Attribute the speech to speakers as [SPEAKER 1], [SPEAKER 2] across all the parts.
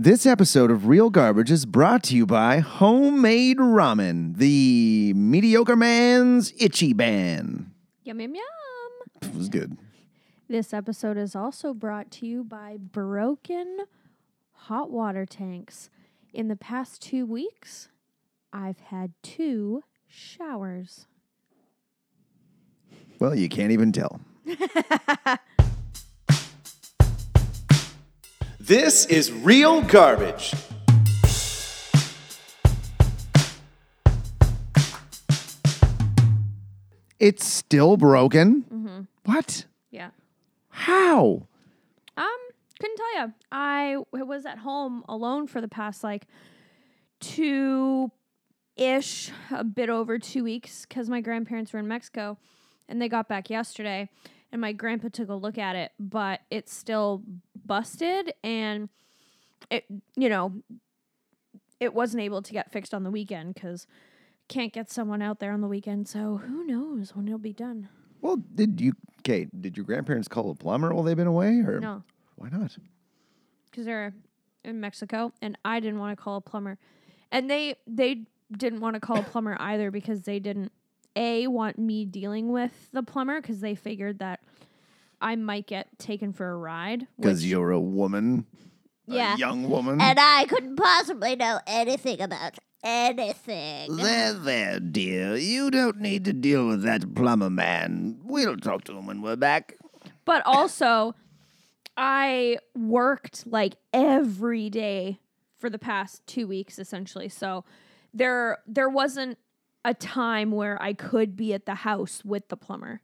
[SPEAKER 1] This episode of Real Garbage is brought to you by Homemade Ramen, the mediocre man's itchy ban.
[SPEAKER 2] Yum, yum, yum.
[SPEAKER 1] It was good.
[SPEAKER 2] This episode is also brought to you by broken hot water tanks. In the past two weeks, I've had two showers.
[SPEAKER 1] Well, you can't even tell.
[SPEAKER 3] This is real garbage.
[SPEAKER 1] It's still broken. What?
[SPEAKER 2] Yeah.
[SPEAKER 1] How?
[SPEAKER 2] Um, couldn't tell you. I w- was at home alone for the past like two ish, a bit over two weeks, because my grandparents were in Mexico and they got back yesterday. And my grandpa took a look at it, but it's still busted and it, you know, it wasn't able to get fixed on the weekend because can't get someone out there on the weekend. So who knows when it'll be done?
[SPEAKER 1] Well, did you, Kate, did your grandparents call a plumber while they've been away? Or
[SPEAKER 2] No.
[SPEAKER 1] Why not?
[SPEAKER 2] because they're in Mexico, and I didn't want to call a plumber, and they they didn't want to call a plumber either because they didn't a want me dealing with the plumber because they figured that I might get taken for a ride
[SPEAKER 1] Because
[SPEAKER 2] which-
[SPEAKER 1] you're a woman,
[SPEAKER 2] yeah
[SPEAKER 1] a young woman.
[SPEAKER 4] and I couldn't possibly know anything about anything.
[SPEAKER 1] There, there, dear. You don't need to deal with that plumber man. We'll talk to him when we're back.
[SPEAKER 2] but also I worked like every day for the past two weeks essentially. So there there wasn't a time where I could be at the house with the plumber,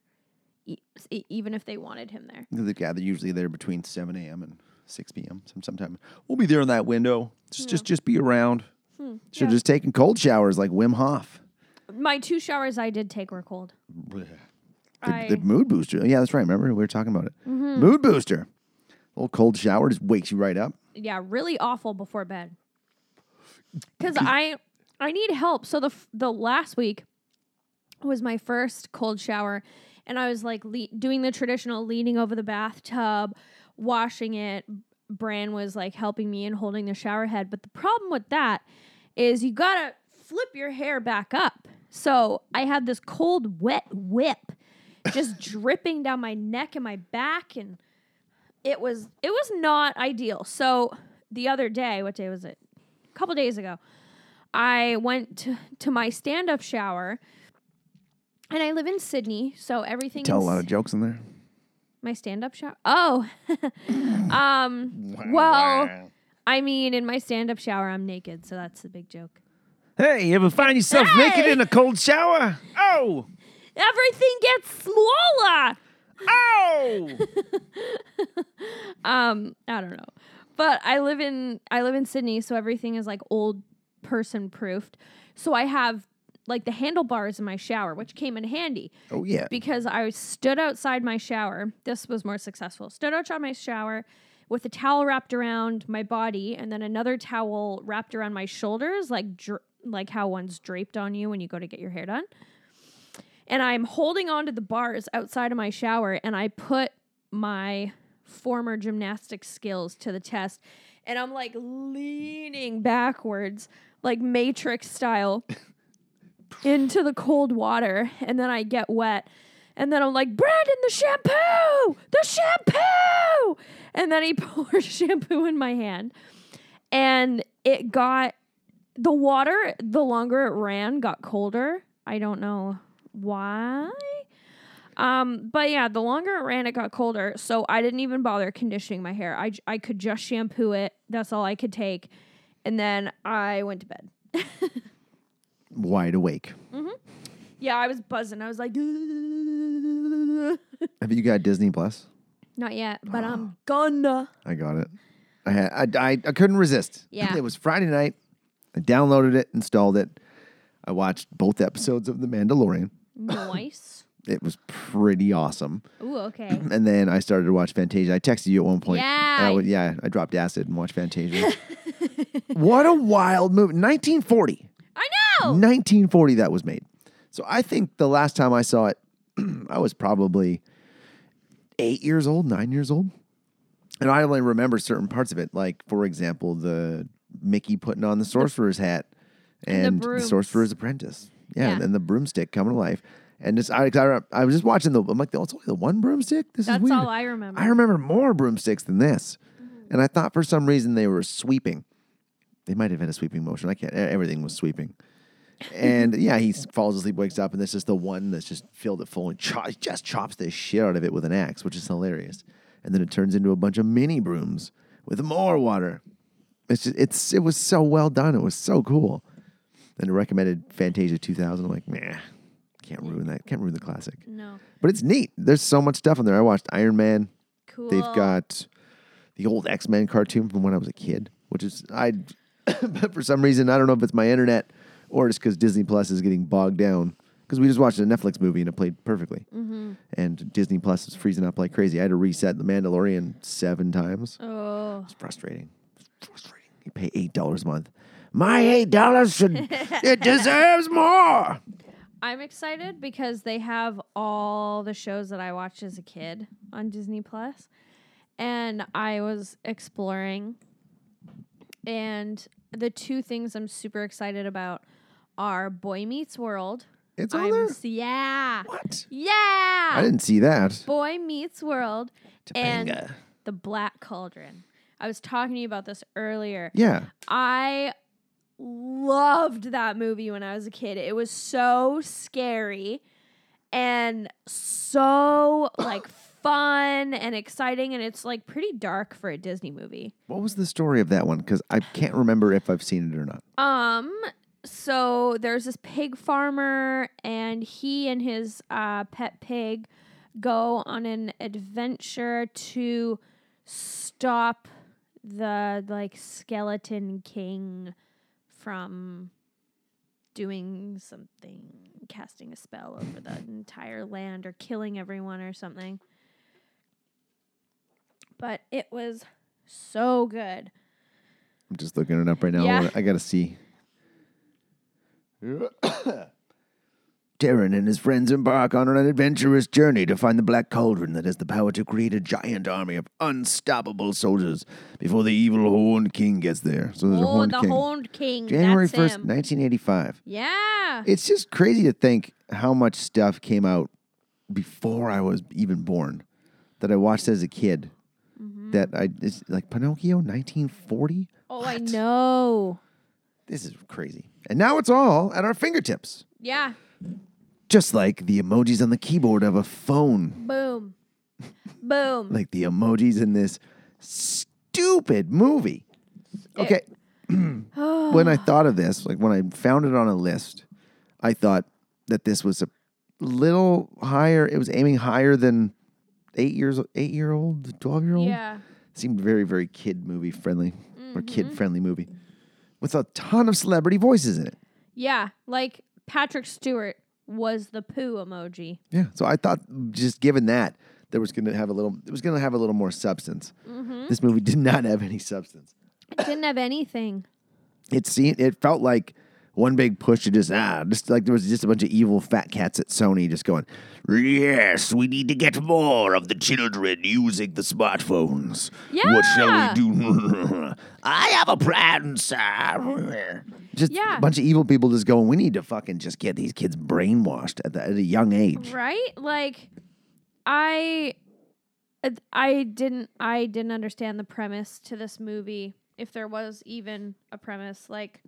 [SPEAKER 2] e- e- even if they wanted him there.
[SPEAKER 1] The guy that usually there between seven a.m. and six p.m. Some sometime we'll be there in that window. Just just just be around. Should have just taken cold showers like Wim Hof.
[SPEAKER 2] My two showers I did take were cold.
[SPEAKER 1] The,
[SPEAKER 2] I,
[SPEAKER 1] the mood booster. Yeah, that's right. Remember we were talking about it. Mood booster. A little cold shower just wakes you right up.
[SPEAKER 2] yeah, really awful before bed. Cuz I I need help. So the f- the last week was my first cold shower and I was like le- doing the traditional leaning over the bathtub, washing it. Bran was like helping me and holding the shower head, but the problem with that is you got to flip your hair back up. So, I had this cold wet whip just dripping down my neck and my back and it was it was not ideal. So the other day, what day was it? A couple days ago, I went to, to my stand up shower, and I live in Sydney, so everything.
[SPEAKER 1] Tell a
[SPEAKER 2] in
[SPEAKER 1] lot
[SPEAKER 2] Sy-
[SPEAKER 1] of jokes in there.
[SPEAKER 2] my stand up shower. Oh, um. well, I mean, in my stand up shower, I'm naked, so that's the big joke.
[SPEAKER 1] Hey, you ever find yourself naked in a cold shower? Oh,
[SPEAKER 2] Everything gets smaller.
[SPEAKER 1] oh!
[SPEAKER 2] um i don't know but i live in i live in sydney so everything is like old person proofed so i have like the handlebars in my shower which came in handy
[SPEAKER 1] oh yeah.
[SPEAKER 2] because i stood outside my shower this was more successful stood outside my shower with a towel wrapped around my body and then another towel wrapped around my shoulders like dra- like how one's draped on you when you go to get your hair done and I'm holding on to the bars outside of my shower and I put my former gymnastics skills to the test and I'm like leaning backwards like matrix style into the cold water and then I get wet and then I'm like Brandon the shampoo the shampoo and then he pours shampoo in my hand and it got the water the longer it ran got colder i don't know why um but yeah the longer it ran it got colder so i didn't even bother conditioning my hair i, j- I could just shampoo it that's all i could take and then i went to bed
[SPEAKER 1] Wide awake.
[SPEAKER 2] yeah i was buzzing i was like not
[SPEAKER 1] Have you got Disney Plus?
[SPEAKER 2] yet but i'm gonna
[SPEAKER 1] I got it. I had I, I, I couldn't resist.
[SPEAKER 2] Yeah.
[SPEAKER 1] It was Friday night. I downloaded it, installed it. I watched both episodes of The Mandalorian.
[SPEAKER 2] nice
[SPEAKER 1] It was pretty awesome.
[SPEAKER 2] ooh okay
[SPEAKER 1] And then I started to watch Fantasia. I texted you at one point.
[SPEAKER 2] Yeah.
[SPEAKER 1] I would- yeah, I dropped acid and watched Fantasia. what a wild movie. 1940.
[SPEAKER 2] i know
[SPEAKER 1] 1940 that was made. So I think the last time I saw it, I was probably eight years old, nine years old. And I only remember certain parts of it, like for example, the Mickey putting on the sorcerer's hat
[SPEAKER 2] the
[SPEAKER 1] and the,
[SPEAKER 2] brooms.
[SPEAKER 1] sorcerer's apprentice. Yeah,
[SPEAKER 2] Yeah.
[SPEAKER 1] and, the broomstick coming to life. And just I, 'cause I, re- I was just watching the. I'm like, oh, it's only the one broomstick. This
[SPEAKER 2] That's
[SPEAKER 1] is weird.
[SPEAKER 2] all I remember.
[SPEAKER 1] I remember more broomsticks than this. And I thought for some reason they were sweeping. They might have had a sweeping motion. I can't. e- Everything was sweeping. And yeah, he s- falls asleep, wakes up, and this is the one that's just filled it full and cho- just chops the shit out of it with an axe, which is hilarious. And then it turns into a bunch of mini brooms with more water. It's just, it's it was so well done. It was so cool. And it recommended Fantasia 2000. I'm like, nah, can't ruin that. Can't ruin the classic.
[SPEAKER 2] no.
[SPEAKER 1] But it's neat. There's so much stuff in there. I watched Iron Man.
[SPEAKER 2] Cool.
[SPEAKER 1] They've got the old X Men cartoon from when I was a kid, which is I. but for some reason, I don't know if it's my internet or it's because Disney Plus is getting bogged down. Because we just watched a Netflix movie and it played perfectly,
[SPEAKER 2] Mm-hmm.
[SPEAKER 1] and Disney Plus is freezing up like crazy. I had to reset The Mandalorian seven times.
[SPEAKER 2] Oh.
[SPEAKER 1] It's frustrating. It's frustrating. You pay eight dollars a month. My eight dollars should it deserves more.
[SPEAKER 2] I'm excited because they have all the shows that I watched as a kid on Disney Plus, and I was exploring. And the two things I'm super excited about are Boy Meets World.
[SPEAKER 1] It's on
[SPEAKER 2] I'm
[SPEAKER 1] there.
[SPEAKER 2] s- yeah,
[SPEAKER 1] What? I
[SPEAKER 2] yeah.
[SPEAKER 1] didn't see that.
[SPEAKER 2] Boy Meets World and
[SPEAKER 1] Topanga.
[SPEAKER 2] the Black Cauldron. I was talking to you about this earlier.
[SPEAKER 1] Yeah.
[SPEAKER 2] I loved that movie when I was a kid. It was so scary and so like fun and exciting and it's like pretty dark for a Disney movie.
[SPEAKER 1] What was the story of that one? Because I can't remember if I've seen it or not.
[SPEAKER 2] Um so there's this pig farmer and he and his uh, pet pig go on an adventure to stop the like skeleton king from doing something casting a spell over the entire land or killing everyone or something but it was so good
[SPEAKER 1] I'm just looking it up right now. I
[SPEAKER 2] Yeah.
[SPEAKER 1] wanna- I gotta see. Darren and his friends embark on an adventurous journey to find the Black Cauldron that has the power to create a giant army of unstoppable soldiers before the evil Horned King gets there. So there's a
[SPEAKER 2] oh
[SPEAKER 1] Horned
[SPEAKER 2] the
[SPEAKER 1] King.
[SPEAKER 2] horned king
[SPEAKER 1] January
[SPEAKER 2] that's
[SPEAKER 1] 1st,
[SPEAKER 2] him.
[SPEAKER 1] 1985.
[SPEAKER 2] Yeah.
[SPEAKER 1] It's just crazy to think how much stuff came out before I was even born that I watched as a kid. That I it's like Pinocchio 1940.
[SPEAKER 2] oh, I know.
[SPEAKER 1] This is crazy. And now it's all at our fingertips.
[SPEAKER 2] Yeah.
[SPEAKER 1] Just like the emojis on the keyboard of a phone,
[SPEAKER 2] Boom. Boom.
[SPEAKER 1] like the emojis in this stupid movie. Okay. when I thought of this, like when I found it on a list, I thought that this was a little higher. It was aiming higher than eight years, eight year old, twelve year old.
[SPEAKER 2] yeah.
[SPEAKER 1] seemed very, very kid movie friendly or kid friendly movie with a ton of celebrity voices in it.
[SPEAKER 2] Yeah. Like Patrick Stewart was the poo emoji.
[SPEAKER 1] Yeah. So I thought, just given that, there was going to have a little. It was going to have a little more substance. This movie did not have any substance.
[SPEAKER 2] It didn't have anything.
[SPEAKER 1] It seemed. It felt like one big push to just ah, just like there was just a bunch of evil fat cats at Sony just going, yes, we need to get more of the children using the smartphones. What shall
[SPEAKER 2] Yeah.
[SPEAKER 1] we do? I have a plan, sir. Just
[SPEAKER 2] Yeah.
[SPEAKER 1] a bunch of evil people just going, we need to fucking just get these kids brainwashed at, the, at a young age.
[SPEAKER 2] Right? Like I I didn't I didn't understand the premise to this movie if there was even a premise like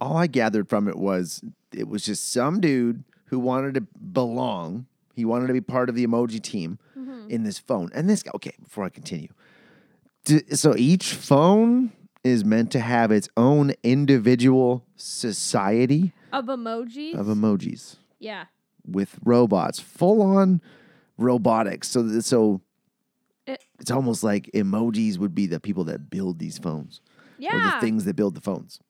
[SPEAKER 1] all I gathered from it was it was just some dude who wanted to belong. He wanted to be part of the emoji team in this phone. And this, okay, before I continue. D- so each phone is meant to have its own individual society
[SPEAKER 2] of emojis.
[SPEAKER 1] of emojis
[SPEAKER 2] yeah.
[SPEAKER 1] with robots, full on robotics. So, th- so
[SPEAKER 2] It-
[SPEAKER 1] it's almost like emojis would be the people that build these phones or
[SPEAKER 2] Yeah.
[SPEAKER 1] the things that build the phones.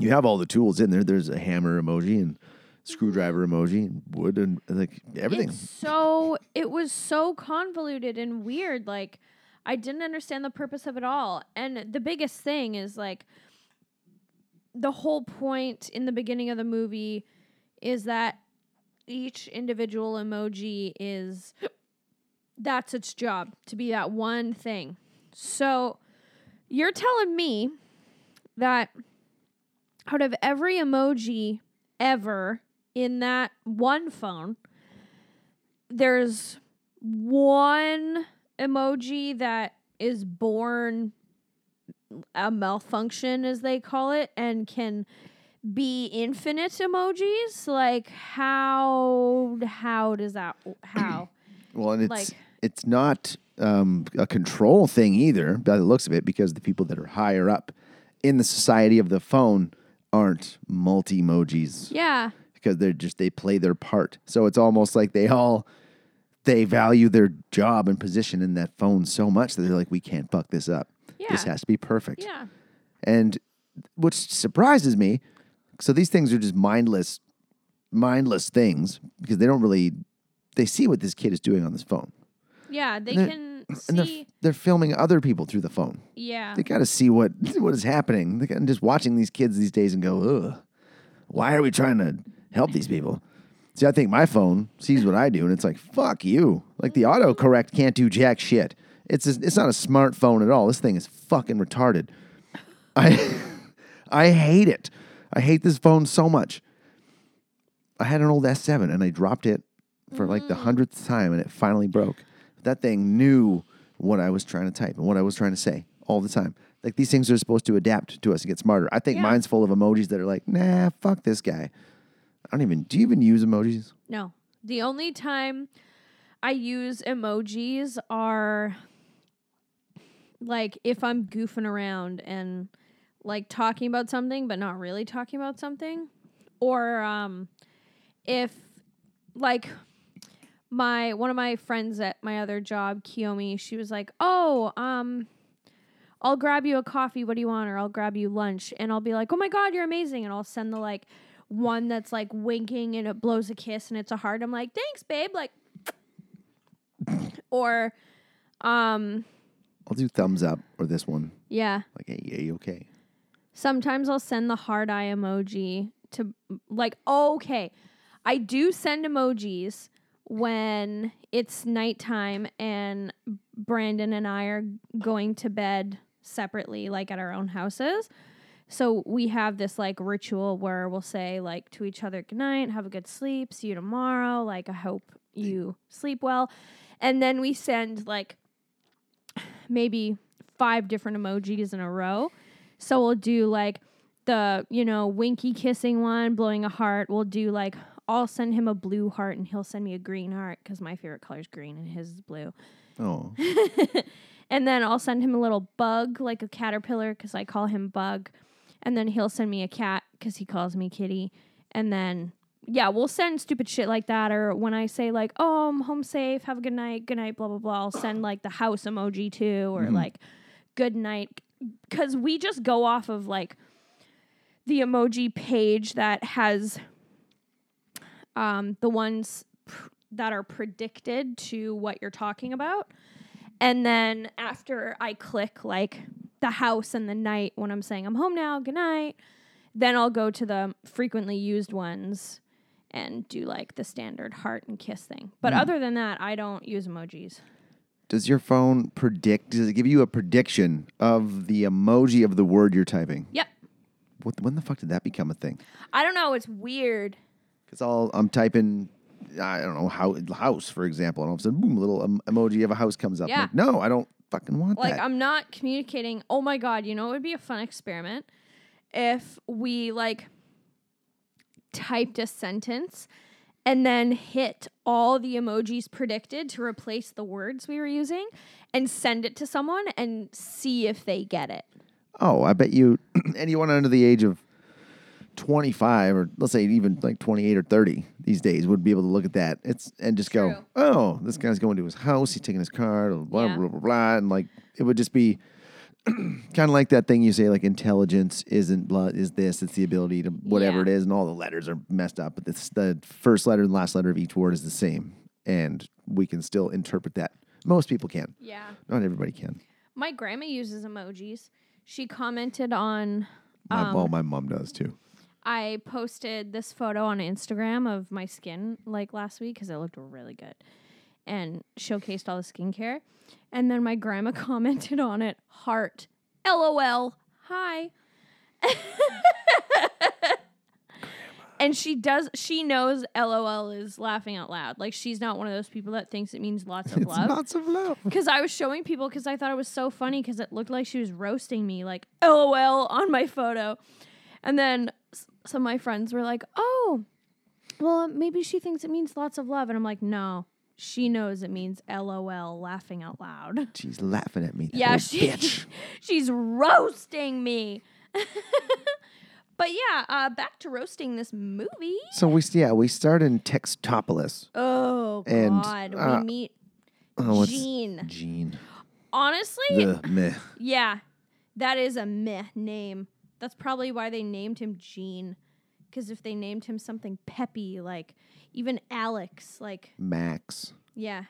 [SPEAKER 1] You have all the tools in there. There's a hammer emoji and screwdriver emoji and wood and like everything.
[SPEAKER 2] It's so it was so convoluted and weird. Like I didn't understand the purpose of it all. And the biggest thing is like the whole point in the beginning of the movie is that each individual emoji is That's its job to be that one thing. So you're telling me that out of every emoji ever in that one phone, there's one emoji that is born a malfunction, as they call it, and can be infinite emojis. Like how how does that how?
[SPEAKER 1] Well, and it's
[SPEAKER 2] Like-
[SPEAKER 1] it's not um, a control thing either, by the looks of it, because the people that are higher up in the society of the phone aren't multi emojis
[SPEAKER 2] yeah.
[SPEAKER 1] because they're just they play their part. So it's almost like they all they value their job and position in that phone so much that they're like, we can't fuck this up. This
[SPEAKER 2] Yeah.
[SPEAKER 1] has to be perfect.
[SPEAKER 2] Yeah.
[SPEAKER 1] And which surprises me, so these things are just mindless, mindless things because they don't really they see what this kid is doing on this phone.
[SPEAKER 2] Yeah. They
[SPEAKER 1] they're-
[SPEAKER 2] can
[SPEAKER 1] And they're,
[SPEAKER 2] see
[SPEAKER 1] they're filming other people through the phone.
[SPEAKER 2] Yeah.
[SPEAKER 1] They got to see what what is happening. They got just watching these kids these days and go, ugh, why are we trying to help these people? See, I think my phone sees what I do and it's like, fuck you. Like the autocorrect can't do jack shit. It's a, it's not a smartphone at all. This thing is fucking retarded. I I hate it. I hate this phone so much. I had an old S7 and I dropped it for like the hundredth time and it finally broke. That thing knew what I was trying to type and what I was trying to say all the time. Like these things are supposed to adapt to us and get smarter. I think
[SPEAKER 2] Yeah.
[SPEAKER 1] mine's full of emojis that are like, nah, fuck this guy. I don't even, do you even use emojis?
[SPEAKER 2] No. The only time I use emojis are like if I'm goofing around and like talking about something but not really talking about something or um if like my one of my friends at my other job, Kiyomi, she was like, "Oh, um I'll grab you a coffee. What do you want? Or I'll grab you lunch. And I'll be like, oh my God, you're amazing. And I'll send the like one that's like winking and it blows a kiss and it's a heart. I'm like, thanks, babe. Like, or, um,
[SPEAKER 1] I'll do thumbs up or this one.
[SPEAKER 2] yeah.
[SPEAKER 1] Like, hey, yeah, you okay?
[SPEAKER 2] Sometimes I'll send the hard eye emoji to like okay. I do send emojis when it's nighttime and Brandon and I are going to bed separately like at our own houses. So we have this like ritual where we'll say like to each other good night, have a good sleep, see you tomorrow, like I hope you sleep well. And then we send like maybe five different emojis in a row. So we'll do like the, you know, winky kissing one, blowing a heart. We'll do like, I'll send him a blue heart and he'll send me a green heart because my favorite color is green and his is blue.
[SPEAKER 1] Oh,
[SPEAKER 2] And then I'll send him a little bug, like a caterpillar, because I call him bug. And then he'll send me a cat because he calls me kitty. And then, yeah, we'll send stupid shit like that. Or when I say, like, oh, I'm home safe, have a good night, good night, blah, blah, blah, I'll send like the house emoji too, or like good night. Because we just go off of like the emoji page that has um, the ones pr- that are predicted to what you're talking about. And then after I click like the house and the night when I'm saying I'm home now, good night, then I'll go to the frequently used ones and do like the standard heart and kiss thing. But other than that, I don't use emojis.
[SPEAKER 1] does your phone predict? Does it give you a prediction of the emoji of the word you're typing?
[SPEAKER 2] Yep.
[SPEAKER 1] What, when the fuck did that become a thing?
[SPEAKER 2] I don't know, it's weird.
[SPEAKER 1] Because all I'm typing, I don't know how house for example, and all of a sudden, boom, a little em- emoji of a house comes up. I'm
[SPEAKER 2] Yeah.
[SPEAKER 1] Like, no, I don't fucking want
[SPEAKER 2] Like
[SPEAKER 1] that.
[SPEAKER 2] I'm not communicating. Oh my god, you know it would be a fun experiment if we like typed a sentence and then hit all the emojis predicted to replace the words we were using and send it to someone and see if they get it.
[SPEAKER 1] oh, I bet you anyone under the age of 25 or let's say even like 28 or 30 these days would be able to look at that. It's and just go,
[SPEAKER 2] True.
[SPEAKER 1] oh, this guy's going to his house. He's taking his car. Blah
[SPEAKER 2] Yeah.
[SPEAKER 1] blah blah blah. And like it would just be. kind of like that thing you say, like intelligence isn't blood, is this? It's the ability to whatever
[SPEAKER 2] Yeah.
[SPEAKER 1] it is, and all the letters are messed up, but this, the first letter and last letter of each word is the same, and we can still interpret that. Most people can,
[SPEAKER 2] Yeah.
[SPEAKER 1] not everybody can.
[SPEAKER 2] My grandma uses emojis. She commented on Um,
[SPEAKER 1] My, well, my mom does too.
[SPEAKER 2] I posted this photo on Instagram of my skin like last week because it looked really good. and showcased all the skincare. And then my grandma commented on it, heart, lol, hi. and she does, she knows lol is laughing out loud. Like she's not one of those people that thinks it means lots of
[SPEAKER 1] It's
[SPEAKER 2] love.
[SPEAKER 1] lots of love.
[SPEAKER 2] Because I was showing people because I thought it was so funny because it looked like she was roasting me, like LOL on my photo. And then s- some of my friends were like, oh, well, maybe she thinks it means lots of love. And I'm like, no, she knows it means LOL laughing out loud.
[SPEAKER 1] She's laughing at me. that
[SPEAKER 2] Yeah,
[SPEAKER 1] little
[SPEAKER 2] she-
[SPEAKER 1] bitch.
[SPEAKER 2] She's roasting me. but yeah, uh, back to roasting this movie.
[SPEAKER 1] So we yeah we start in Textopolis.
[SPEAKER 2] Oh,
[SPEAKER 1] And,
[SPEAKER 2] God.
[SPEAKER 1] uh,
[SPEAKER 2] we meet
[SPEAKER 1] Oh, it's
[SPEAKER 2] Gene.
[SPEAKER 1] Gene.
[SPEAKER 2] Honestly,
[SPEAKER 1] The meh.
[SPEAKER 2] Yeah, that is a meh name. That's probably why they named him Gene. Because if they named him something peppy, like even Alex, like,
[SPEAKER 1] Max.
[SPEAKER 2] yeah,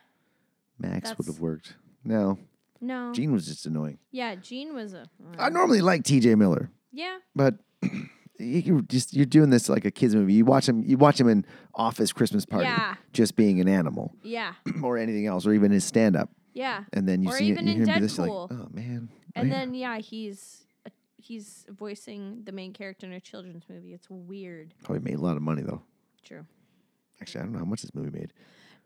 [SPEAKER 1] Max would
[SPEAKER 2] That's-
[SPEAKER 1] have worked. No,
[SPEAKER 2] no.
[SPEAKER 1] Gene was just annoying.
[SPEAKER 2] Yeah, Gene was a. uh,
[SPEAKER 1] I normally like T.J. Miller,
[SPEAKER 2] yeah,
[SPEAKER 1] but you just you're doing this like a kids movie. You watch him. You watch him in Office Christmas Party,
[SPEAKER 2] Yeah.
[SPEAKER 1] just being an animal
[SPEAKER 2] yeah,
[SPEAKER 1] or anything else, or even his stand up.
[SPEAKER 2] yeah.
[SPEAKER 1] And then you
[SPEAKER 2] Or
[SPEAKER 1] see
[SPEAKER 2] even
[SPEAKER 1] you
[SPEAKER 2] in
[SPEAKER 1] hear him do this, you're
[SPEAKER 2] Deadpool.
[SPEAKER 1] like, oh man.
[SPEAKER 2] And
[SPEAKER 1] man.
[SPEAKER 2] then, yeah, he's. uh, He's voicing the main character in a children's movie. It's weird.
[SPEAKER 1] probably made a lot of money though.
[SPEAKER 2] True.
[SPEAKER 1] Actually, I don't know how much this movie made.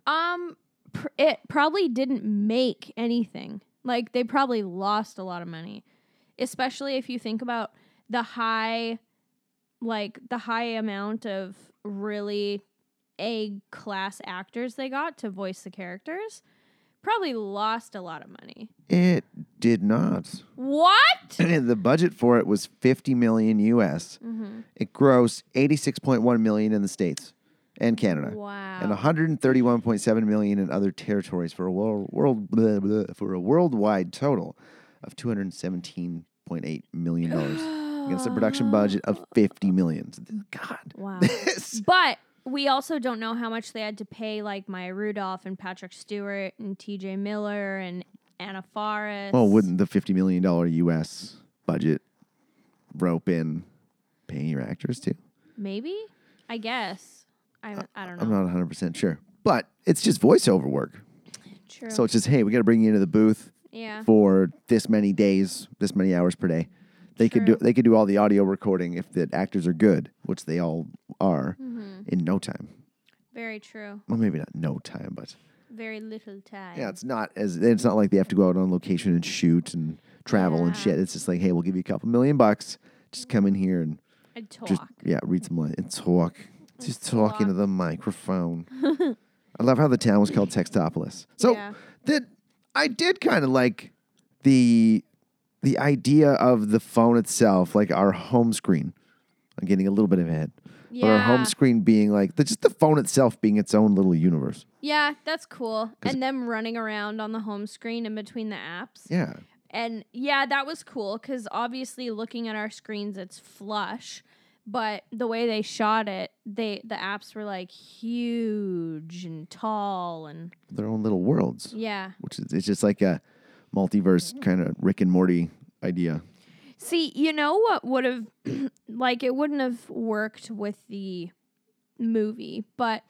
[SPEAKER 2] Um, pr- it probably didn't make anything. Like they probably lost a lot of money, especially if you think about the high, like the high amount of really A class actors they got to voice the characters. Probably lost a lot of money.
[SPEAKER 1] It did not.
[SPEAKER 2] What?
[SPEAKER 1] the budget for it was 50 million US. It grossed 86.1 million in the states and Canada. And
[SPEAKER 2] Wow.
[SPEAKER 1] 131.7 million in other territories for a world, world blah, blah, for a worldwide total of 217.8 million dollars against a production budget of 50 million. God.
[SPEAKER 2] Wow.
[SPEAKER 1] This
[SPEAKER 2] But we also don't know how much they had to pay, like Maya Rudolph and Patrick Stewart and T.J. Miller and Anna Faris.
[SPEAKER 1] Well, wouldn't the fifty million dollar U.S. budget rope in paying your actors too?
[SPEAKER 2] Maybe? I guess. I, I don't know.
[SPEAKER 1] I'm not 100 percent sure, but it's just voiceover work.
[SPEAKER 2] True.
[SPEAKER 1] So it's just hey, we got to bring you into the booth
[SPEAKER 2] yeah.
[SPEAKER 1] for this many days, this many hours per day. They could do
[SPEAKER 2] True.
[SPEAKER 1] they could do all the audio recording if the actors are good, which they all are
[SPEAKER 2] Mm-hmm.
[SPEAKER 1] in no time.
[SPEAKER 2] Very true.
[SPEAKER 1] Well, maybe not no time, but
[SPEAKER 2] Very little time.
[SPEAKER 1] yeah, it's not as it's not like they have to go out on location and shoot and travel and
[SPEAKER 2] Yeah.
[SPEAKER 1] shit. It's just like hey, we'll give you a couple million bucks, just come in here and.
[SPEAKER 2] I talk.
[SPEAKER 1] Just yeah, read some line and talk. Just talk,
[SPEAKER 2] talk.
[SPEAKER 1] into the microphone. I love how the town was called Textopolis. So
[SPEAKER 2] Yeah.
[SPEAKER 1] that I did kind of like the the idea of the phone itself, like our home screen. I'm getting a little bit ahead, but our
[SPEAKER 2] Yeah.
[SPEAKER 1] home screen being like the, just the phone itself being its own little universe.
[SPEAKER 2] yeah, that's cool. And them running around on the home screen in between the apps.
[SPEAKER 1] Yeah,
[SPEAKER 2] And yeah, that was cool because obviously looking at our screens, it's flush. But the way they shot it, they the apps were like huge and tall and
[SPEAKER 1] their own little worlds,
[SPEAKER 2] yeah.
[SPEAKER 1] which is it's just like a multiverse kind of Rick and Morty idea.
[SPEAKER 2] See, you know what would have like it wouldn't have worked with the movie, but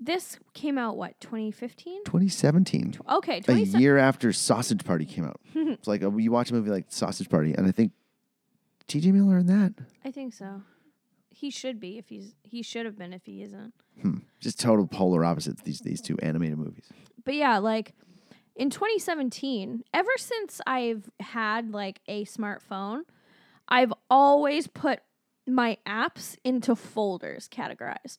[SPEAKER 2] this came out what 2015?
[SPEAKER 1] 2017.
[SPEAKER 2] Okay,
[SPEAKER 1] a
[SPEAKER 2] 2017.
[SPEAKER 1] year after Sausage Party came out. it's like uh, you watch a movie like Sausage Party, and I think T.J. Miller in that
[SPEAKER 2] I think so. He should be if he's he should have been if he isn't.
[SPEAKER 1] just total polar opposites. These these two animated movies.
[SPEAKER 2] But yeah, like in 2017, ever since I've had like a smartphone, I've always put my apps into folders categorized.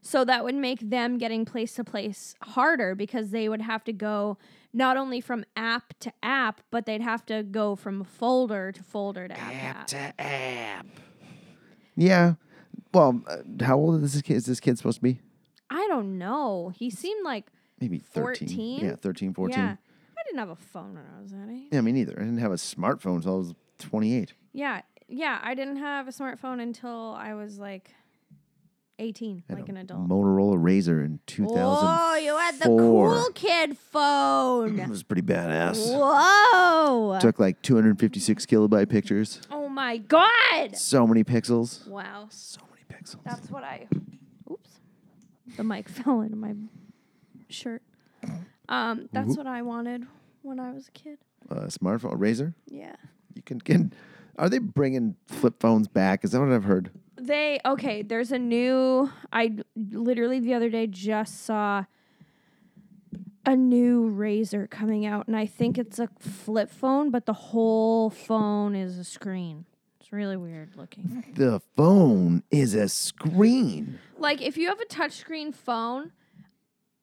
[SPEAKER 2] So that would make them getting place to place harder because they would have to go not only from app to app, but they'd have to go from folder to folder to app. to app.
[SPEAKER 1] to app. Yeah. Well, uh, how old is this kid? Is this kid supposed to be?
[SPEAKER 2] I don't know. He seemed like
[SPEAKER 1] Maybe 13.
[SPEAKER 2] 14?
[SPEAKER 1] Yeah, 13, 14.
[SPEAKER 2] yeah.
[SPEAKER 1] Yeah.
[SPEAKER 2] I didn't have a phone when I was that age.
[SPEAKER 1] I mean, neither. I didn't have a smartphone until I was 28.
[SPEAKER 2] Yeah, yeah. I didn't have a smartphone until I was like eighteen,
[SPEAKER 1] I had
[SPEAKER 2] like
[SPEAKER 1] a
[SPEAKER 2] an adult.
[SPEAKER 1] Motorola Razor in 2004.
[SPEAKER 2] Whoa, you had the cool kid
[SPEAKER 1] It
[SPEAKER 2] phone.
[SPEAKER 1] was pretty badass.
[SPEAKER 2] Whoa!
[SPEAKER 1] Took like 256 kilobyte pictures.
[SPEAKER 2] Oh my god!
[SPEAKER 1] So many pixels.
[SPEAKER 2] Wow,
[SPEAKER 1] So many pixels.
[SPEAKER 2] that's what I. Oops, the mic fell into my shirt. Um, that's what I wanted when I was a kid.
[SPEAKER 1] A Uh, smartphone, a razor.
[SPEAKER 2] Yeah.
[SPEAKER 1] You can get. Are they bringing flip phones back? Is that what I've heard?
[SPEAKER 2] They okay. There's a new. I literally the other day just saw a new razor coming out, and I think it's a flip phone, but the whole phone is a screen. It's really weird looking.
[SPEAKER 1] The phone is a screen.
[SPEAKER 2] like if you have a touchscreen phone,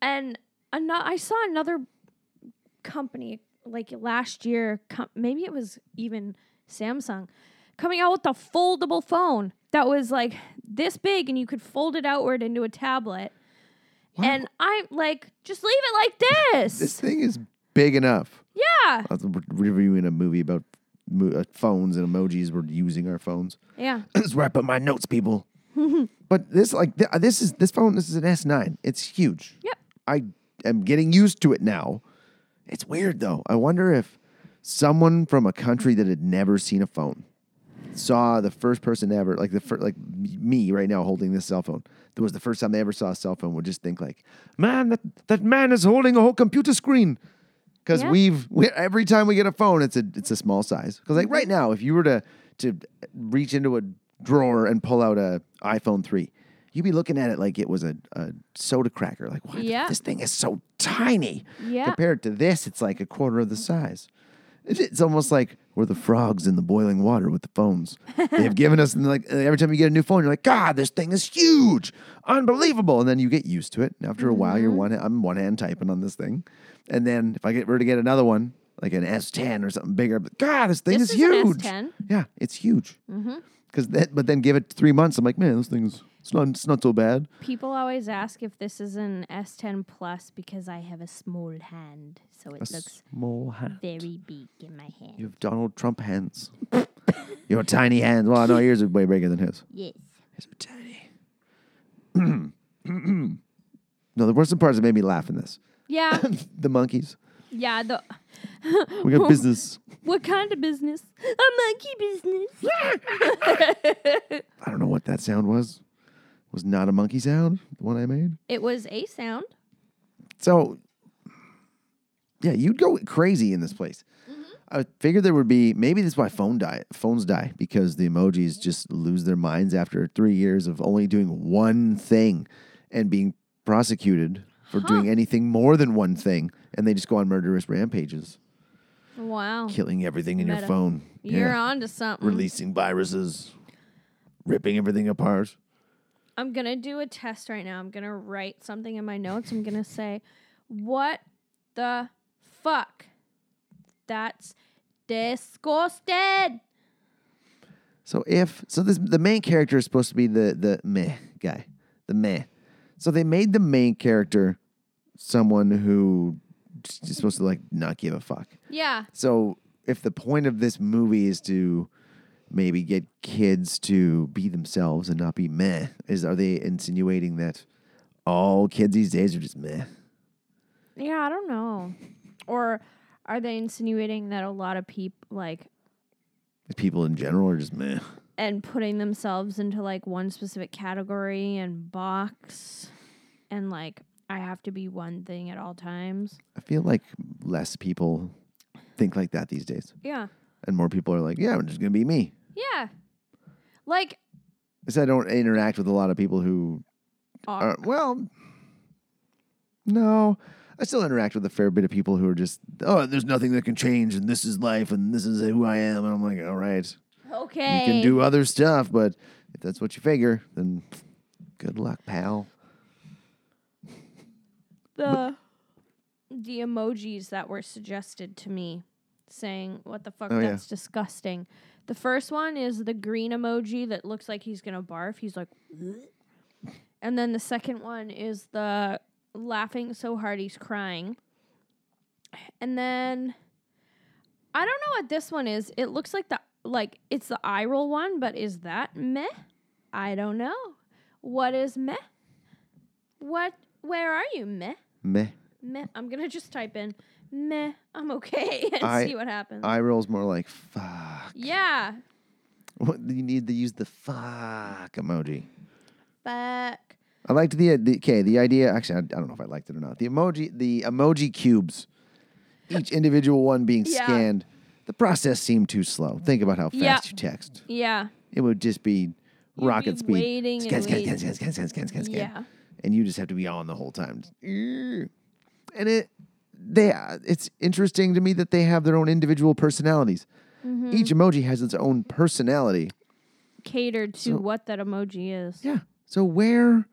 [SPEAKER 2] and ano- I saw another company like last year. Com- maybe it was even Samsung coming out with a foldable phone that was like this big, and you could fold it outward into a tablet. And I'm like, just leave it like this.
[SPEAKER 1] This thing is big enough.
[SPEAKER 2] yeah.
[SPEAKER 1] I was re- reviewing a movie about mo- uh, phones and emojis. We're using our phones.
[SPEAKER 2] Yeah.
[SPEAKER 1] this is where I put my notes, people. but this, like, th- this is this phone. This is an S nine. It's huge.
[SPEAKER 2] Yep.
[SPEAKER 1] I am getting used to it now. It's weird though. I wonder if someone from a country that had never seen a phone saw the first person ever, like the first, like me right now holding this cell phone. That was the first time they ever saw a cell phone. Would just think like, man, that that man is holding a whole computer screen. Because
[SPEAKER 2] Yeah.
[SPEAKER 1] we've we, every time we get a phone, it's a it's a small size. Because like
[SPEAKER 2] Mm-hmm.
[SPEAKER 1] right now, if you were to to reach into a drawer and pull out a iPhone three, you'd be looking at it like it was a, a soda cracker. Like what?
[SPEAKER 2] Yeah.
[SPEAKER 1] This thing is so tiny.
[SPEAKER 2] Yeah.
[SPEAKER 1] Compared to this, it's like a quarter of the size. It- It's almost like we're the frogs in the boiling water with the phones. They've given us and like every time you get a new phone, you're like, God, this thing is huge, unbelievable. And then you get used to it. And after a while, you're
[SPEAKER 2] Mm-hmm.
[SPEAKER 1] one. I'm one hand typing on this thing, and then if I get were to get another one, like an S10 or something bigger, but God, this thing
[SPEAKER 2] This
[SPEAKER 1] is
[SPEAKER 2] is an Mm-hmm.
[SPEAKER 1] huge.
[SPEAKER 2] S10.
[SPEAKER 1] Yeah, it's huge. Because that, but then give it three months, I'm like, man, this thing's it's not it's not so bad.
[SPEAKER 2] People always ask if this is an S10 Plus because I have a small hand, so it looks
[SPEAKER 1] Small hand.
[SPEAKER 4] Very big in my hand.
[SPEAKER 1] You have Donald Trump hands. Your tiny hands. Well, no, yours are way bigger than his.
[SPEAKER 4] Yes.
[SPEAKER 1] His are tiny. no, the worst part is it made me laugh in this.
[SPEAKER 2] Yeah.
[SPEAKER 1] The monkeys.
[SPEAKER 2] yeah. The
[SPEAKER 1] We got business.
[SPEAKER 2] What kind of business? A monkey business.
[SPEAKER 1] I don't know what that sound was. It was not a monkey sound, the one I made.
[SPEAKER 2] It was a sound.
[SPEAKER 1] So, yeah, you'd go crazy in this place.
[SPEAKER 2] Mm-hmm.
[SPEAKER 1] I figured there would be maybe that's why phone die phones die because the emojis
[SPEAKER 2] Mm-hmm.
[SPEAKER 1] just lose their minds after three years of only doing one thing and being prosecuted for doing anything more than one thing, and they just go on murderous rampages,
[SPEAKER 2] Wow.
[SPEAKER 1] killing everything in your
[SPEAKER 2] Oh, Meta.
[SPEAKER 1] phone,
[SPEAKER 2] You're
[SPEAKER 1] Yeah.
[SPEAKER 2] onto something.
[SPEAKER 1] releasing viruses, ripping everything apart.
[SPEAKER 2] I'm going to do a test right now. I'm going to write something in my notes. I'm going to say, what the fuck? That's disgusted.
[SPEAKER 1] So if so, this the main character is supposed to be the the meh guy, the meh. So they made the main character someone who just- is supposed to like not give a fuck.
[SPEAKER 2] Yeah.
[SPEAKER 1] So if the point of this movie is to maybe get kids to be themselves and not be meh, is are they insinuating that all kids these days are just meh?
[SPEAKER 2] Yeah, I don't know. Or are they insinuating that a lot of people, like,
[SPEAKER 1] People in general are just meh.
[SPEAKER 2] and putting themselves into like one specific category and box and like I have to be one thing at all times.
[SPEAKER 1] I feel like less people think like that these days,
[SPEAKER 2] Yeah.
[SPEAKER 1] and more people are like, yeah, I'm just gonna be me.
[SPEAKER 2] Yeah. Like
[SPEAKER 1] Because I don't interact with a lot of people who
[SPEAKER 2] are,
[SPEAKER 1] are, well, no. I still interact with a fair bit of people who are just, oh, there's nothing that can change, and this is life, and this is who I am. And I'm like, all right,
[SPEAKER 2] okay.
[SPEAKER 1] you can do other stuff, but if that's what you figure, then good luck, pal.
[SPEAKER 2] the the emojis that were suggested to me saying what the fuck
[SPEAKER 1] Oh, yeah.
[SPEAKER 2] that's disgusting. The first one is the green emoji that looks like he's going to barf. He's like "Ugh." And then the second one is the laughing so hard he's crying. And then I don't know what this one is. It looks like the like it's the eye roll one, but is that meh? I don't know. What is meh? What where are you meh?
[SPEAKER 1] Meh.
[SPEAKER 2] meh. I'm gonna just type in meh. I'm okay and
[SPEAKER 1] I-
[SPEAKER 2] see what happens.
[SPEAKER 1] Eye rolls more like fuck.
[SPEAKER 2] yeah,
[SPEAKER 1] What you need to use the fuck emoji.
[SPEAKER 2] fuck.
[SPEAKER 1] I liked the, uh, the okay. The idea, actually, I, I don't know if I liked it or not. The emoji, the emoji cubes, each individual one being
[SPEAKER 2] Yeah.
[SPEAKER 1] scanned. The process seemed too slow. Think about how fast
[SPEAKER 2] Yeah.
[SPEAKER 1] you text.
[SPEAKER 2] Yeah.
[SPEAKER 1] It would just be rocket
[SPEAKER 2] be
[SPEAKER 1] speed.
[SPEAKER 2] waiting and
[SPEAKER 1] scan, scan,
[SPEAKER 2] waiting.
[SPEAKER 1] scan, scan, scan, scan, scan, scan, scan.
[SPEAKER 2] Yeah.
[SPEAKER 1] And you just have to be on the whole time. Just, "Ew." And it, they, uh, it's interesting to me that they have their own individual personalities.
[SPEAKER 2] Mm-hmm.
[SPEAKER 1] Each emoji has its own personality.
[SPEAKER 2] Catered to what that emoji is.
[SPEAKER 1] Yeah. So where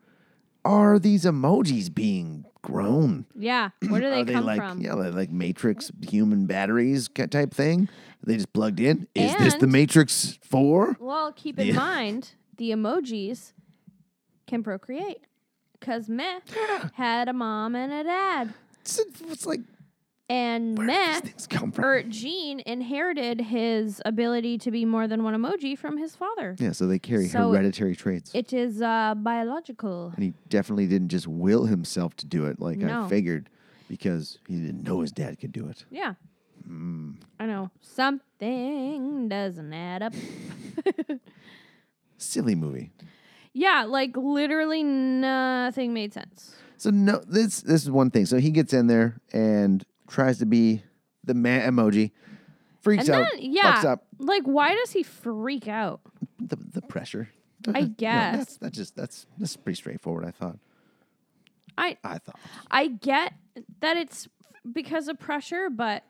[SPEAKER 1] are these emojis being grown?
[SPEAKER 2] Yeah. Where do they
[SPEAKER 1] are they
[SPEAKER 2] come
[SPEAKER 1] like
[SPEAKER 2] from?
[SPEAKER 1] yeah, they're like Matrix human batteries ca- type thing? Are they just plugged in? Is this the
[SPEAKER 2] And-
[SPEAKER 1] Matrix Four?
[SPEAKER 2] Well, keep in
[SPEAKER 1] Yeah.
[SPEAKER 2] mind the emojis can procreate. Because Meh had a mom and a dad.
[SPEAKER 1] It's, it's like
[SPEAKER 2] And
[SPEAKER 1] where
[SPEAKER 2] Meh, Er,
[SPEAKER 1] did these things come from?
[SPEAKER 2] or Gene, inherited his ability to be more than one emoji from his father.
[SPEAKER 1] yeah, so they carry
[SPEAKER 2] So-
[SPEAKER 1] hereditary traits,
[SPEAKER 2] It is uh, biological.
[SPEAKER 1] and he definitely didn't just will himself to do it, like I
[SPEAKER 2] No.
[SPEAKER 1] figured, because he didn't know his dad could do it.
[SPEAKER 2] Yeah.
[SPEAKER 1] Mm.
[SPEAKER 2] I know. Something doesn't add up.
[SPEAKER 1] Silly movie.
[SPEAKER 2] yeah, like literally nothing made sense.
[SPEAKER 1] So no, this this is one thing. So he gets in there and tries to be the man emoji, freaks
[SPEAKER 2] And then,
[SPEAKER 1] out,
[SPEAKER 2] yeah.
[SPEAKER 1] fucks up
[SPEAKER 2] Like, why does he freak out?
[SPEAKER 1] the, the pressure.
[SPEAKER 2] I
[SPEAKER 1] No,
[SPEAKER 2] guess.
[SPEAKER 1] that's that's just that's that's pretty straightforward. I thought.
[SPEAKER 2] I
[SPEAKER 1] I thought.
[SPEAKER 2] I get that it's because of pressure, but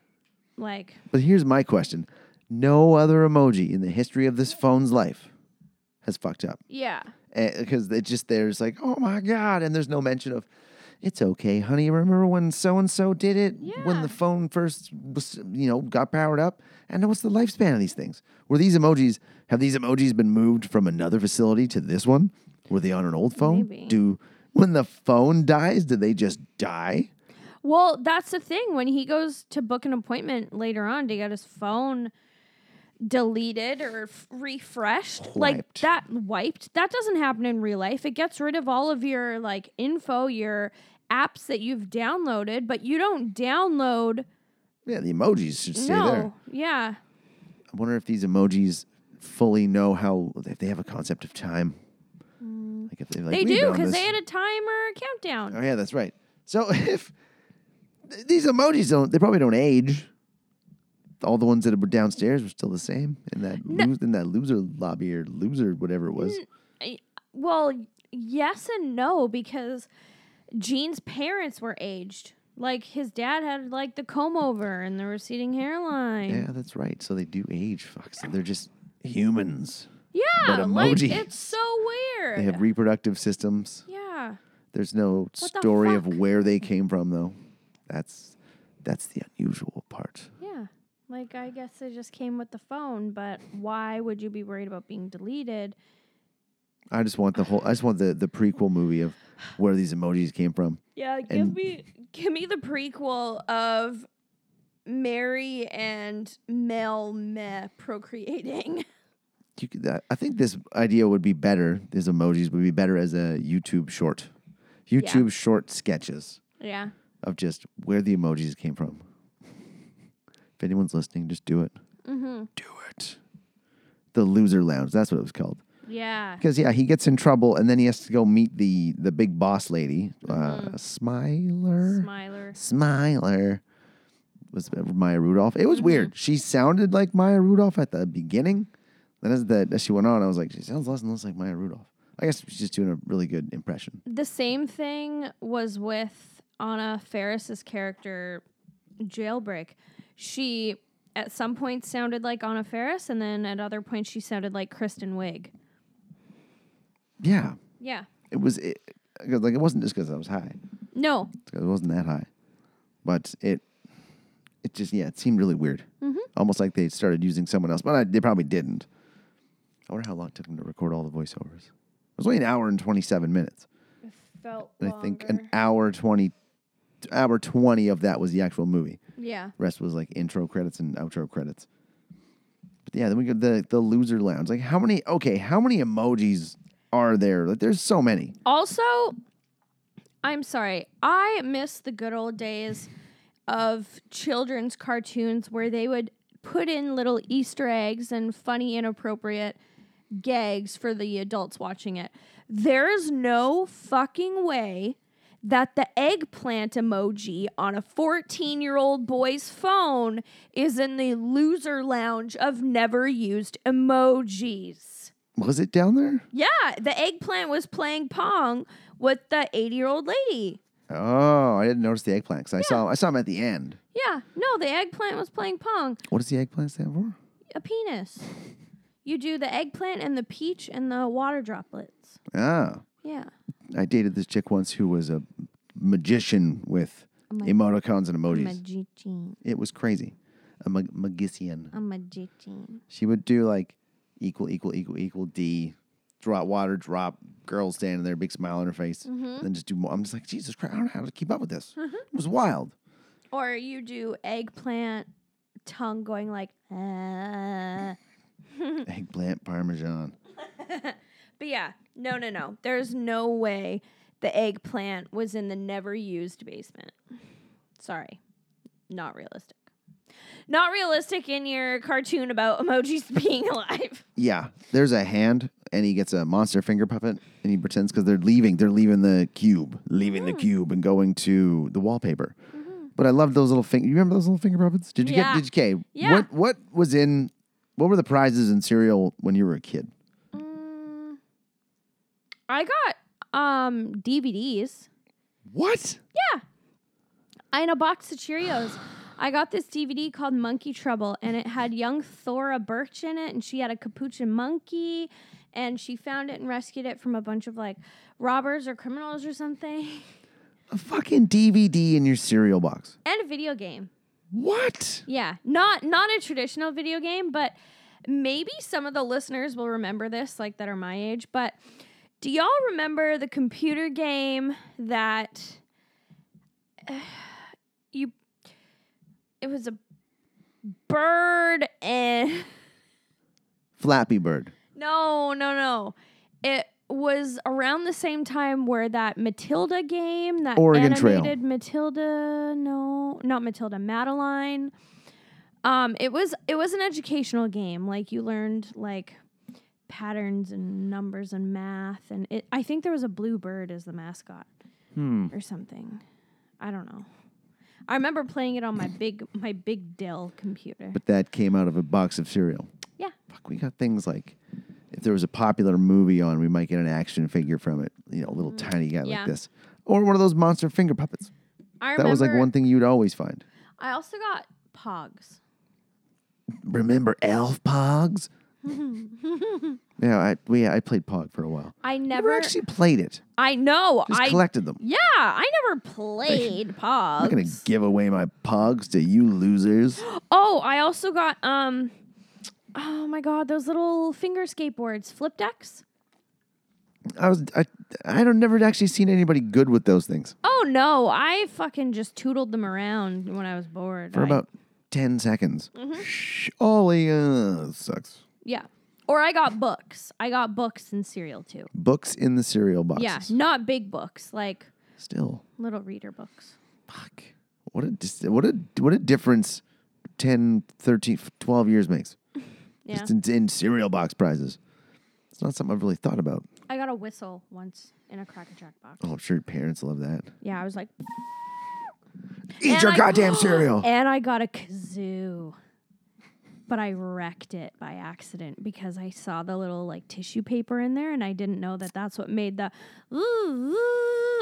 [SPEAKER 2] like,
[SPEAKER 1] But here's my question: No other emoji in the history of this phone's life has fucked up
[SPEAKER 2] yeah,
[SPEAKER 1] because Eh, it just there's like oh my god, and there's no mention of. It's okay, honey. Remember when so and so did it? When
[SPEAKER 2] Yeah.
[SPEAKER 1] the phone first, was, you know, got powered up. And what's the lifespan of these things? Were these emojis? Have these emojis been moved from another facility to this one? Were they on an old phone?
[SPEAKER 2] Maybe.
[SPEAKER 1] Do when the phone dies, do they just die?
[SPEAKER 2] Well, that's the thing. When he goes to book an appointment later on to get his phone deleted or f- refreshed, like
[SPEAKER 1] Wiped.
[SPEAKER 2] that wiped, that doesn't happen in real life. It gets rid of all of your like info, your apps that you've downloaded, but you don't download.
[SPEAKER 1] Yeah, the emojis should stay
[SPEAKER 2] no.
[SPEAKER 1] there.
[SPEAKER 2] Yeah.
[SPEAKER 1] I wonder if these emojis fully know how if they have a concept of time. Like if they like
[SPEAKER 2] Mm. they
[SPEAKER 1] we've been
[SPEAKER 2] do
[SPEAKER 1] on
[SPEAKER 2] because
[SPEAKER 1] this-
[SPEAKER 2] they had a timer countdown.
[SPEAKER 1] Oh yeah, that's right. So if th- these emojis don't, they probably don't age. All the ones that were downstairs were still the same in that lose, in that loser lobby or loser whatever it was.
[SPEAKER 2] Well, yes and no because Gene's parents were aged. Like his dad had like the comb over and the receding hairline.
[SPEAKER 1] Yeah, that's right. So they do age. Fuck. So they're just humans.
[SPEAKER 2] Yeah,
[SPEAKER 1] But
[SPEAKER 2] like
[SPEAKER 1] emojis.
[SPEAKER 2] it's so weird.
[SPEAKER 1] They have reproductive systems.
[SPEAKER 2] yeah.
[SPEAKER 1] There's no
[SPEAKER 2] What the
[SPEAKER 1] story of
[SPEAKER 2] fuck?
[SPEAKER 1] where they came from though. That's that's the unusual part.
[SPEAKER 2] Yeah. Like I guess they just came with the phone, but why would you be worried about being deleted?
[SPEAKER 1] I just want the whole. I just want the the prequel movie of where these emojis came from.
[SPEAKER 2] Yeah, give
[SPEAKER 1] And-
[SPEAKER 2] me give me the prequel of Mary and Mel Meh procreating.
[SPEAKER 1] You could, I- I think this idea would be better. These emojis would be better as a YouTube short, YouTube short sketches
[SPEAKER 2] Yeah.
[SPEAKER 1] of just where the emojis came from. If anyone's listening, just do it.
[SPEAKER 2] mm-hmm.
[SPEAKER 1] Do it. The loser lounge. That's what it was called.
[SPEAKER 2] Yeah.
[SPEAKER 1] Because yeah, he gets in trouble, and then he has to go meet the the big boss lady, uh, Smiler.
[SPEAKER 2] Smiler.
[SPEAKER 1] Smiler was Maya Rudolph. It was weird. She sounded like Maya Rudolph at the beginning. Then as the as she went on, I was like, she sounds less and less like Maya Rudolph. I guess she's just doing a really good impression.
[SPEAKER 2] The same thing was with Anna Ferris's character, Jailbreak. She at some point sounded like Anna Ferris, and then at other points she sounded like Kristen Wiig.
[SPEAKER 1] Yeah,
[SPEAKER 2] Yeah.
[SPEAKER 1] it was it, 'cause, like it wasn't just because I was high.
[SPEAKER 2] No.
[SPEAKER 1] It's 'cause It wasn't that high, but it it just yeah, it seemed really weird. Almost like they started using someone else, but I, they probably didn't. I wonder how long it took them to record all the voiceovers. It was only an hour and twenty seven minutes.
[SPEAKER 2] Felt
[SPEAKER 1] And I think an hour twenty, hour twenty of that was the actual movie.
[SPEAKER 2] Yeah.
[SPEAKER 1] rest was like intro credits and outro credits. But yeah, then we got the the loser lounge. Like how many? Okay, how many emojis are there? Like there's so many.
[SPEAKER 2] Also, I'm sorry. I miss the good old days of children's cartoons where they would put in little Easter eggs and funny, inappropriate gags for the adults watching it. There is no fucking way that the eggplant emoji on a 14 year old boy's phone is in the loser lounge of never used emojis.
[SPEAKER 1] Was it down there?
[SPEAKER 2] Yeah, the eggplant was playing Pong with the 80 year old lady.
[SPEAKER 1] Oh, I didn't notice the eggplant because I saw I saw him at the end.
[SPEAKER 2] Yeah, no, the eggplant was playing Pong.
[SPEAKER 1] What does the eggplant stand for?
[SPEAKER 2] A penis. You do the eggplant and the peach and the water droplets.
[SPEAKER 1] Ah,
[SPEAKER 2] Yeah.
[SPEAKER 1] I dated this chick once who was a magician with emoticons and emojis.
[SPEAKER 2] magician.
[SPEAKER 1] it was crazy. A mag- magician.
[SPEAKER 2] I'm magician.
[SPEAKER 1] She would do like equal, equal, equal, equal, D, drop, water, drop, girl standing there, big smile on her face,
[SPEAKER 2] Mm-hmm.
[SPEAKER 1] and then just do more. I'm just like, Jesus Christ, I don't know how to keep up with this. It was wild.
[SPEAKER 2] Or you do eggplant tongue going like, ah.
[SPEAKER 1] Eggplant parmesan.
[SPEAKER 2] But yeah, no, no, no. There's no way the eggplant was in the never used basement. Sorry. Not realistic. Not realistic in your cartoon about emojis being alive.
[SPEAKER 1] Yeah, there's a hand, and he gets a monster finger puppet, and he pretends because they're leaving. They're leaving the cube, leaving the
[SPEAKER 2] Mm.
[SPEAKER 1] cube, and going to the wallpaper. But I love those little finger. You remember those little finger puppets? Did you
[SPEAKER 2] Mm-hmm. Yeah.
[SPEAKER 1] get? Did you? Okay.
[SPEAKER 2] Yeah.
[SPEAKER 1] What What was in? What were the prizes in cereal when you were a kid?
[SPEAKER 2] Mm. I got um DVDs.
[SPEAKER 1] What?
[SPEAKER 2] I in a box of Cheerios. I got this DVD called Monkey Trouble, and it had young Thora Birch in it, and she had a capuchin monkey, and she found it and rescued it from a bunch of like robbers or criminals or something,
[SPEAKER 1] A fucking DVD in your cereal box.
[SPEAKER 2] and a video game.
[SPEAKER 1] What?
[SPEAKER 2] Yeah, not not a traditional video game, but maybe some of the listeners will remember this, like that are my age. But do y'all remember the computer game that uh, you? It was a bird and
[SPEAKER 1] Flappy Bird.
[SPEAKER 2] no, no, no. It was around the same time where that Matilda game, that
[SPEAKER 1] Oregon Trail.
[SPEAKER 2] animated Matilda, no, not Matilda, Madeline. Um, it was it was an educational game. Like you learned like patterns and numbers and math, and it, I think there was a blue bird as the mascot
[SPEAKER 1] Hmm.
[SPEAKER 2] or something. I don't know. I remember playing it on my big my big Dell computer.
[SPEAKER 1] But that came out of a box of cereal.
[SPEAKER 2] Yeah.
[SPEAKER 1] Fuck, we got things like if there was a popular movie on, we might get an action figure from it. You know, a little tiny guy
[SPEAKER 2] Mm, yeah.
[SPEAKER 1] like this. Or one of those monster finger puppets.
[SPEAKER 2] I remember
[SPEAKER 1] That was like one thing you'd always find.
[SPEAKER 2] I also got Pogs.
[SPEAKER 1] Remember Elf Pogs? yeah, I we I played Pog for a while.
[SPEAKER 2] I
[SPEAKER 1] Never
[SPEAKER 2] never
[SPEAKER 1] actually played it.
[SPEAKER 2] I know.
[SPEAKER 1] Just
[SPEAKER 2] I
[SPEAKER 1] collected them.
[SPEAKER 2] yeah. I never played Pogs.
[SPEAKER 1] I'm not gonna give away my Pogs to you losers.
[SPEAKER 2] oh, I also got um. Oh my god, those little finger skateboards, flip decks.
[SPEAKER 1] I was I I don't never actually seen anybody good with those things.
[SPEAKER 2] Oh no, I fucking just tootled them around when I was bored.
[SPEAKER 1] for
[SPEAKER 2] I-
[SPEAKER 1] about 10 seconds.
[SPEAKER 2] Mm-hmm.
[SPEAKER 1] Shh, Ollie uh, sucks.
[SPEAKER 2] yeah. Or I got books. I got books and cereal too.
[SPEAKER 1] Books in the cereal
[SPEAKER 2] Yeah,
[SPEAKER 1] boxes.
[SPEAKER 2] not big books, like
[SPEAKER 1] Still,
[SPEAKER 2] little reader books.
[SPEAKER 1] fuck. What a dis- what a what a difference 10, 13, f- 12 years makes.
[SPEAKER 2] Yeah.
[SPEAKER 1] Just in, in cereal box prizes. It's not something I've really thought about.
[SPEAKER 2] I got a whistle once in a Cracker Jack box.
[SPEAKER 1] Oh, I'm sure your parents love that.
[SPEAKER 2] Yeah, I was like,
[SPEAKER 1] Eat
[SPEAKER 2] And
[SPEAKER 1] your
[SPEAKER 2] I-
[SPEAKER 1] goddamn cereal.
[SPEAKER 2] And I got a kazoo. But I wrecked it by accident because I saw the little like tissue paper in there and I didn't know that that's what made the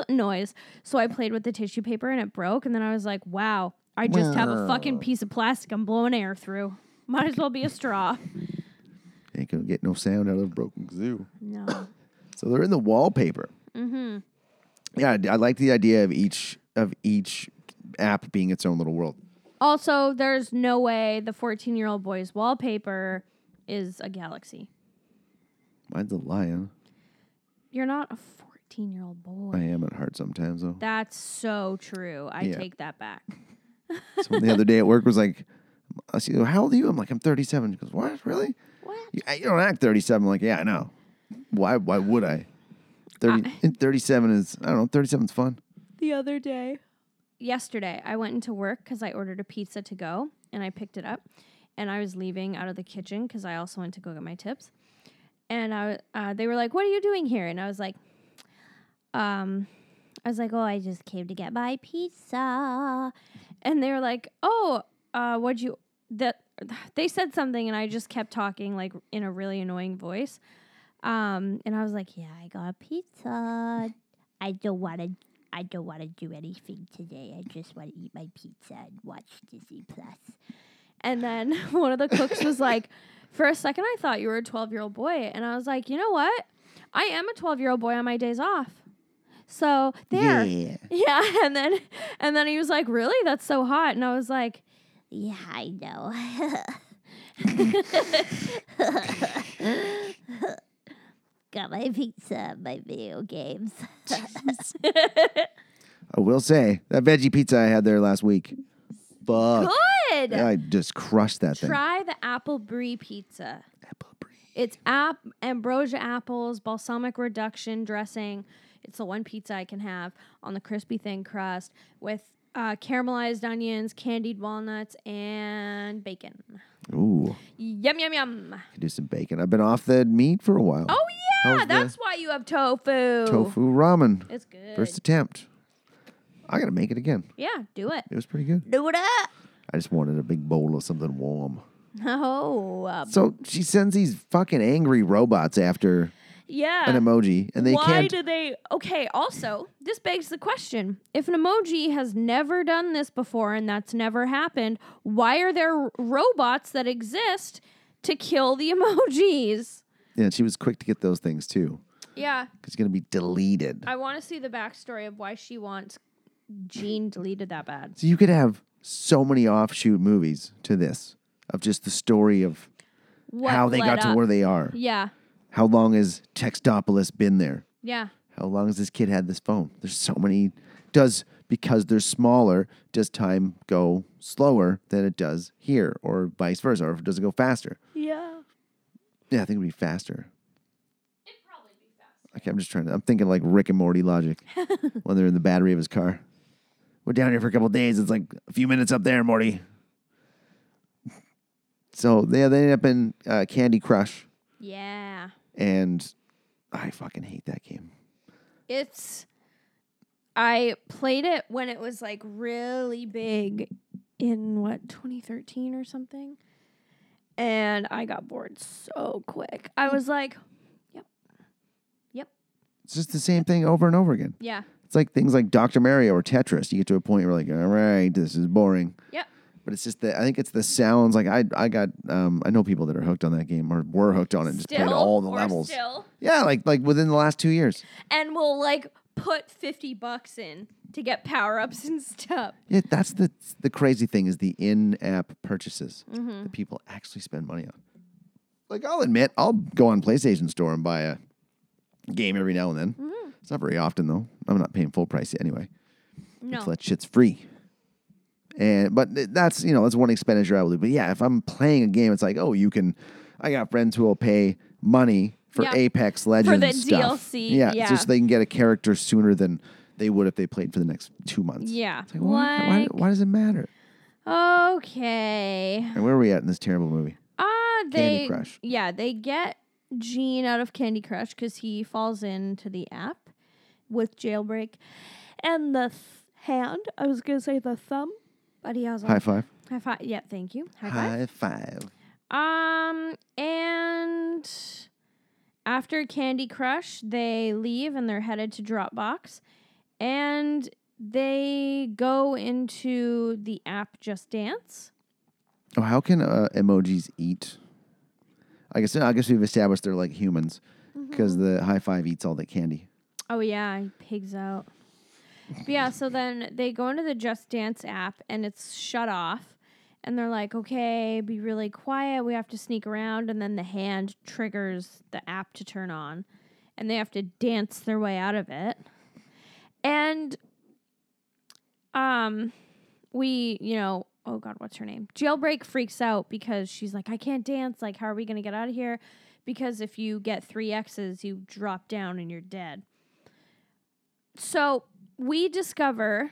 [SPEAKER 2] noise. So I played with the tissue paper and it broke. And then I was like, wow, I just have a fucking piece of plastic I'm blowing air through. Might as well be a straw.
[SPEAKER 1] Ain't gonna get no sound out of a broken zoo.
[SPEAKER 2] No.
[SPEAKER 1] So they're in the wallpaper. Mm-hmm. Yeah, I, I like the idea of each of each app being its own little world.
[SPEAKER 2] also, there's no way the 14 year old boy's wallpaper is a galaxy.
[SPEAKER 1] Mine's a lion.
[SPEAKER 2] You're not a 14 year old boy.
[SPEAKER 1] I am at heart sometimes though.
[SPEAKER 2] That's so true. I
[SPEAKER 1] Yeah.
[SPEAKER 2] take that back.
[SPEAKER 1] Someone the other day at work was like, I see, how old are you? I'm like, I'm 37. She goes, what? Really?
[SPEAKER 2] What?
[SPEAKER 1] You, you don't act 37. I'm like, yeah, I know. Why? Why would I? 30, and 37 is, I don't know, 37 is fun.
[SPEAKER 2] The other day, yesterday, I went into work because I ordered a pizza to go and I picked it up and I was leaving out of the kitchen because I also went to go get my tips. and I, uh, they were like, "What are you doing here?" And I was like, um, I was like, "Oh, I just came to get my pizza," and they were like, "Oh, uh, what'd you?" That they said something, and I just kept talking like in a really annoying voice, um, and I was like, "Yeah, I got a pizza.
[SPEAKER 4] I don't want to. I don't want to do anything today. I just want to eat my pizza and watch Disney Plus.
[SPEAKER 2] And then one of the cooks was like, For a second, I thought you were a 12 year old boy. And I was like, You know what? I am a 12 year old boy on my days off. So there.
[SPEAKER 1] Yeah.
[SPEAKER 2] Yeah. And then, and then he was like, Really? That's so hot. And I was like,
[SPEAKER 4] Yeah, I know. Got my pizza, my video games.
[SPEAKER 1] I will say that veggie pizza I had there last week. Fuck.
[SPEAKER 2] Good.
[SPEAKER 1] I just crushed that thing.
[SPEAKER 2] Try the apple brie pizza. It's app ambrosia apples, balsamic reduction dressing. It's the one pizza I can have on the crispy thin crust with uh, caramelized onions, candied walnuts, and bacon.
[SPEAKER 1] Ooh,
[SPEAKER 2] Yum yum yum.
[SPEAKER 1] I do some bacon. I've been off the meat for a while.
[SPEAKER 2] Oh yeah,
[SPEAKER 1] How's the
[SPEAKER 2] that's why you have tofu.
[SPEAKER 1] tofu ramen.
[SPEAKER 2] It's good.
[SPEAKER 1] First attempt. I gotta make it again.
[SPEAKER 2] yeah, do it.
[SPEAKER 1] It was pretty good.
[SPEAKER 4] Do it up.
[SPEAKER 1] I just wanted a big bowl of something warm.
[SPEAKER 2] Oh, uh,
[SPEAKER 1] So she sends these fucking angry robots after
[SPEAKER 2] yeah.
[SPEAKER 1] an emoji, and they
[SPEAKER 2] Uh, Why
[SPEAKER 1] can't.
[SPEAKER 2] do they? Okay. Also, this begs the question: If an emoji has never done this before and that's never happened, why are there r- robots that exist to kill the emojis?
[SPEAKER 1] Yeah, she was quick to get those things too.
[SPEAKER 2] Yeah,
[SPEAKER 1] It's gonna be deleted.
[SPEAKER 2] I want to see the backstory of why she wants Gene deleted that bad.
[SPEAKER 1] So you could have so many offshoot movies to this of just the story of
[SPEAKER 2] What
[SPEAKER 1] how they
[SPEAKER 2] led
[SPEAKER 1] got to
[SPEAKER 2] up?
[SPEAKER 1] where they are.
[SPEAKER 2] Yeah,
[SPEAKER 1] How long has Textopolis been there?
[SPEAKER 2] yeah.
[SPEAKER 1] How long has this kid had this phone? There's so many. Does because they're smaller, does time go slower than it does here, or vice versa, or does it go faster?
[SPEAKER 2] Yeah.
[SPEAKER 1] Yeah, I think it'd be faster. It'd probably be faster. Okay, I'm just trying to. I'm thinking like Rick and Morty logic when they're in the battery of his car. We're down here for a couple days. It's like a few minutes up there, Morty. So yeah, they end up in uh, Candy Crush,
[SPEAKER 2] Yeah.
[SPEAKER 1] and I fucking hate that game.
[SPEAKER 2] It's I played it when it was like really big in what 2013 or something. And I got bored so quick.
[SPEAKER 1] Hmm.
[SPEAKER 2] I was like,
[SPEAKER 1] It's just the same thing over and over again.
[SPEAKER 2] yeah.
[SPEAKER 1] It's like things like Dr. Mario or Tetris. You get to a point where like, all right, this is boring.
[SPEAKER 2] Yep.
[SPEAKER 1] But it's just the I think it's the sounds. Like I I got um I know people that are hooked on that game or were hooked on it and just played all the
[SPEAKER 2] or
[SPEAKER 1] levels.
[SPEAKER 2] Still,
[SPEAKER 1] Yeah, like like within the last two years.
[SPEAKER 2] and we'll like put 50 bucks in to get power-ups and stuff.
[SPEAKER 1] Yeah, that's the the crazy thing is the in-app purchases
[SPEAKER 2] Mm-hmm.
[SPEAKER 1] that people actually spend money on. Like I'll admit, I'll go on PlayStation Store and buy a game every now and then.
[SPEAKER 2] Mm-hmm.
[SPEAKER 1] It's not very often though. I'm not paying full price anyway.
[SPEAKER 2] No.
[SPEAKER 1] So that shit's free. And but th- that's you know that's one expenditure I will do. But yeah, if I'm playing a game, it's like oh you can. I got friends who will pay money for
[SPEAKER 2] Yeah.
[SPEAKER 1] Apex Legends stuff.
[SPEAKER 2] DLC,
[SPEAKER 1] Yeah,
[SPEAKER 2] yeah.
[SPEAKER 1] just so they can get a character sooner than they would if they played for the next two months.
[SPEAKER 2] Yeah.
[SPEAKER 1] It's like, why, why,
[SPEAKER 2] Like-
[SPEAKER 1] why does it matter?
[SPEAKER 2] Okay.
[SPEAKER 1] And where are we at in this terrible movie?
[SPEAKER 2] Ah, they
[SPEAKER 1] Crush.
[SPEAKER 2] yeah, they get Gene out of Candy Crush because he falls into the app with jailbreak and the th- hand. I was gonna say the thumb, but he has a
[SPEAKER 1] High five.
[SPEAKER 2] high five. Yeah, thank you. High five.
[SPEAKER 1] five.
[SPEAKER 2] Um, and after Candy Crush, they leave and they're headed to Dropbox, and they go into the app Just Dance.
[SPEAKER 1] Oh, how can uh, emojis eat? I guess I guess we've established they're like humans
[SPEAKER 2] Mm-hmm.
[SPEAKER 1] because the high five eats all the candy.
[SPEAKER 2] Oh yeah, he pigs out. But yeah, so then they go into the Just Dance app and it's shut off. And they're like, okay, be really quiet. We have to sneak around. And then the hand triggers the app to turn on. And they have to dance their way out of it. And um, we, you know, oh God, what's her name? Jailbreak freaks out because she's like, I can't dance. Like, how are we going to get out of here? Because if you get three X's, you drop down and you're dead. So we discover,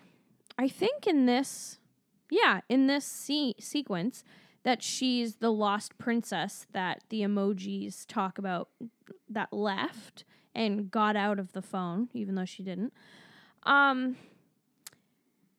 [SPEAKER 2] I think in this, yeah, in this se- sequence, that she's the lost princess that the emojis talk about that left and got out of the phone, even though she didn't. Um,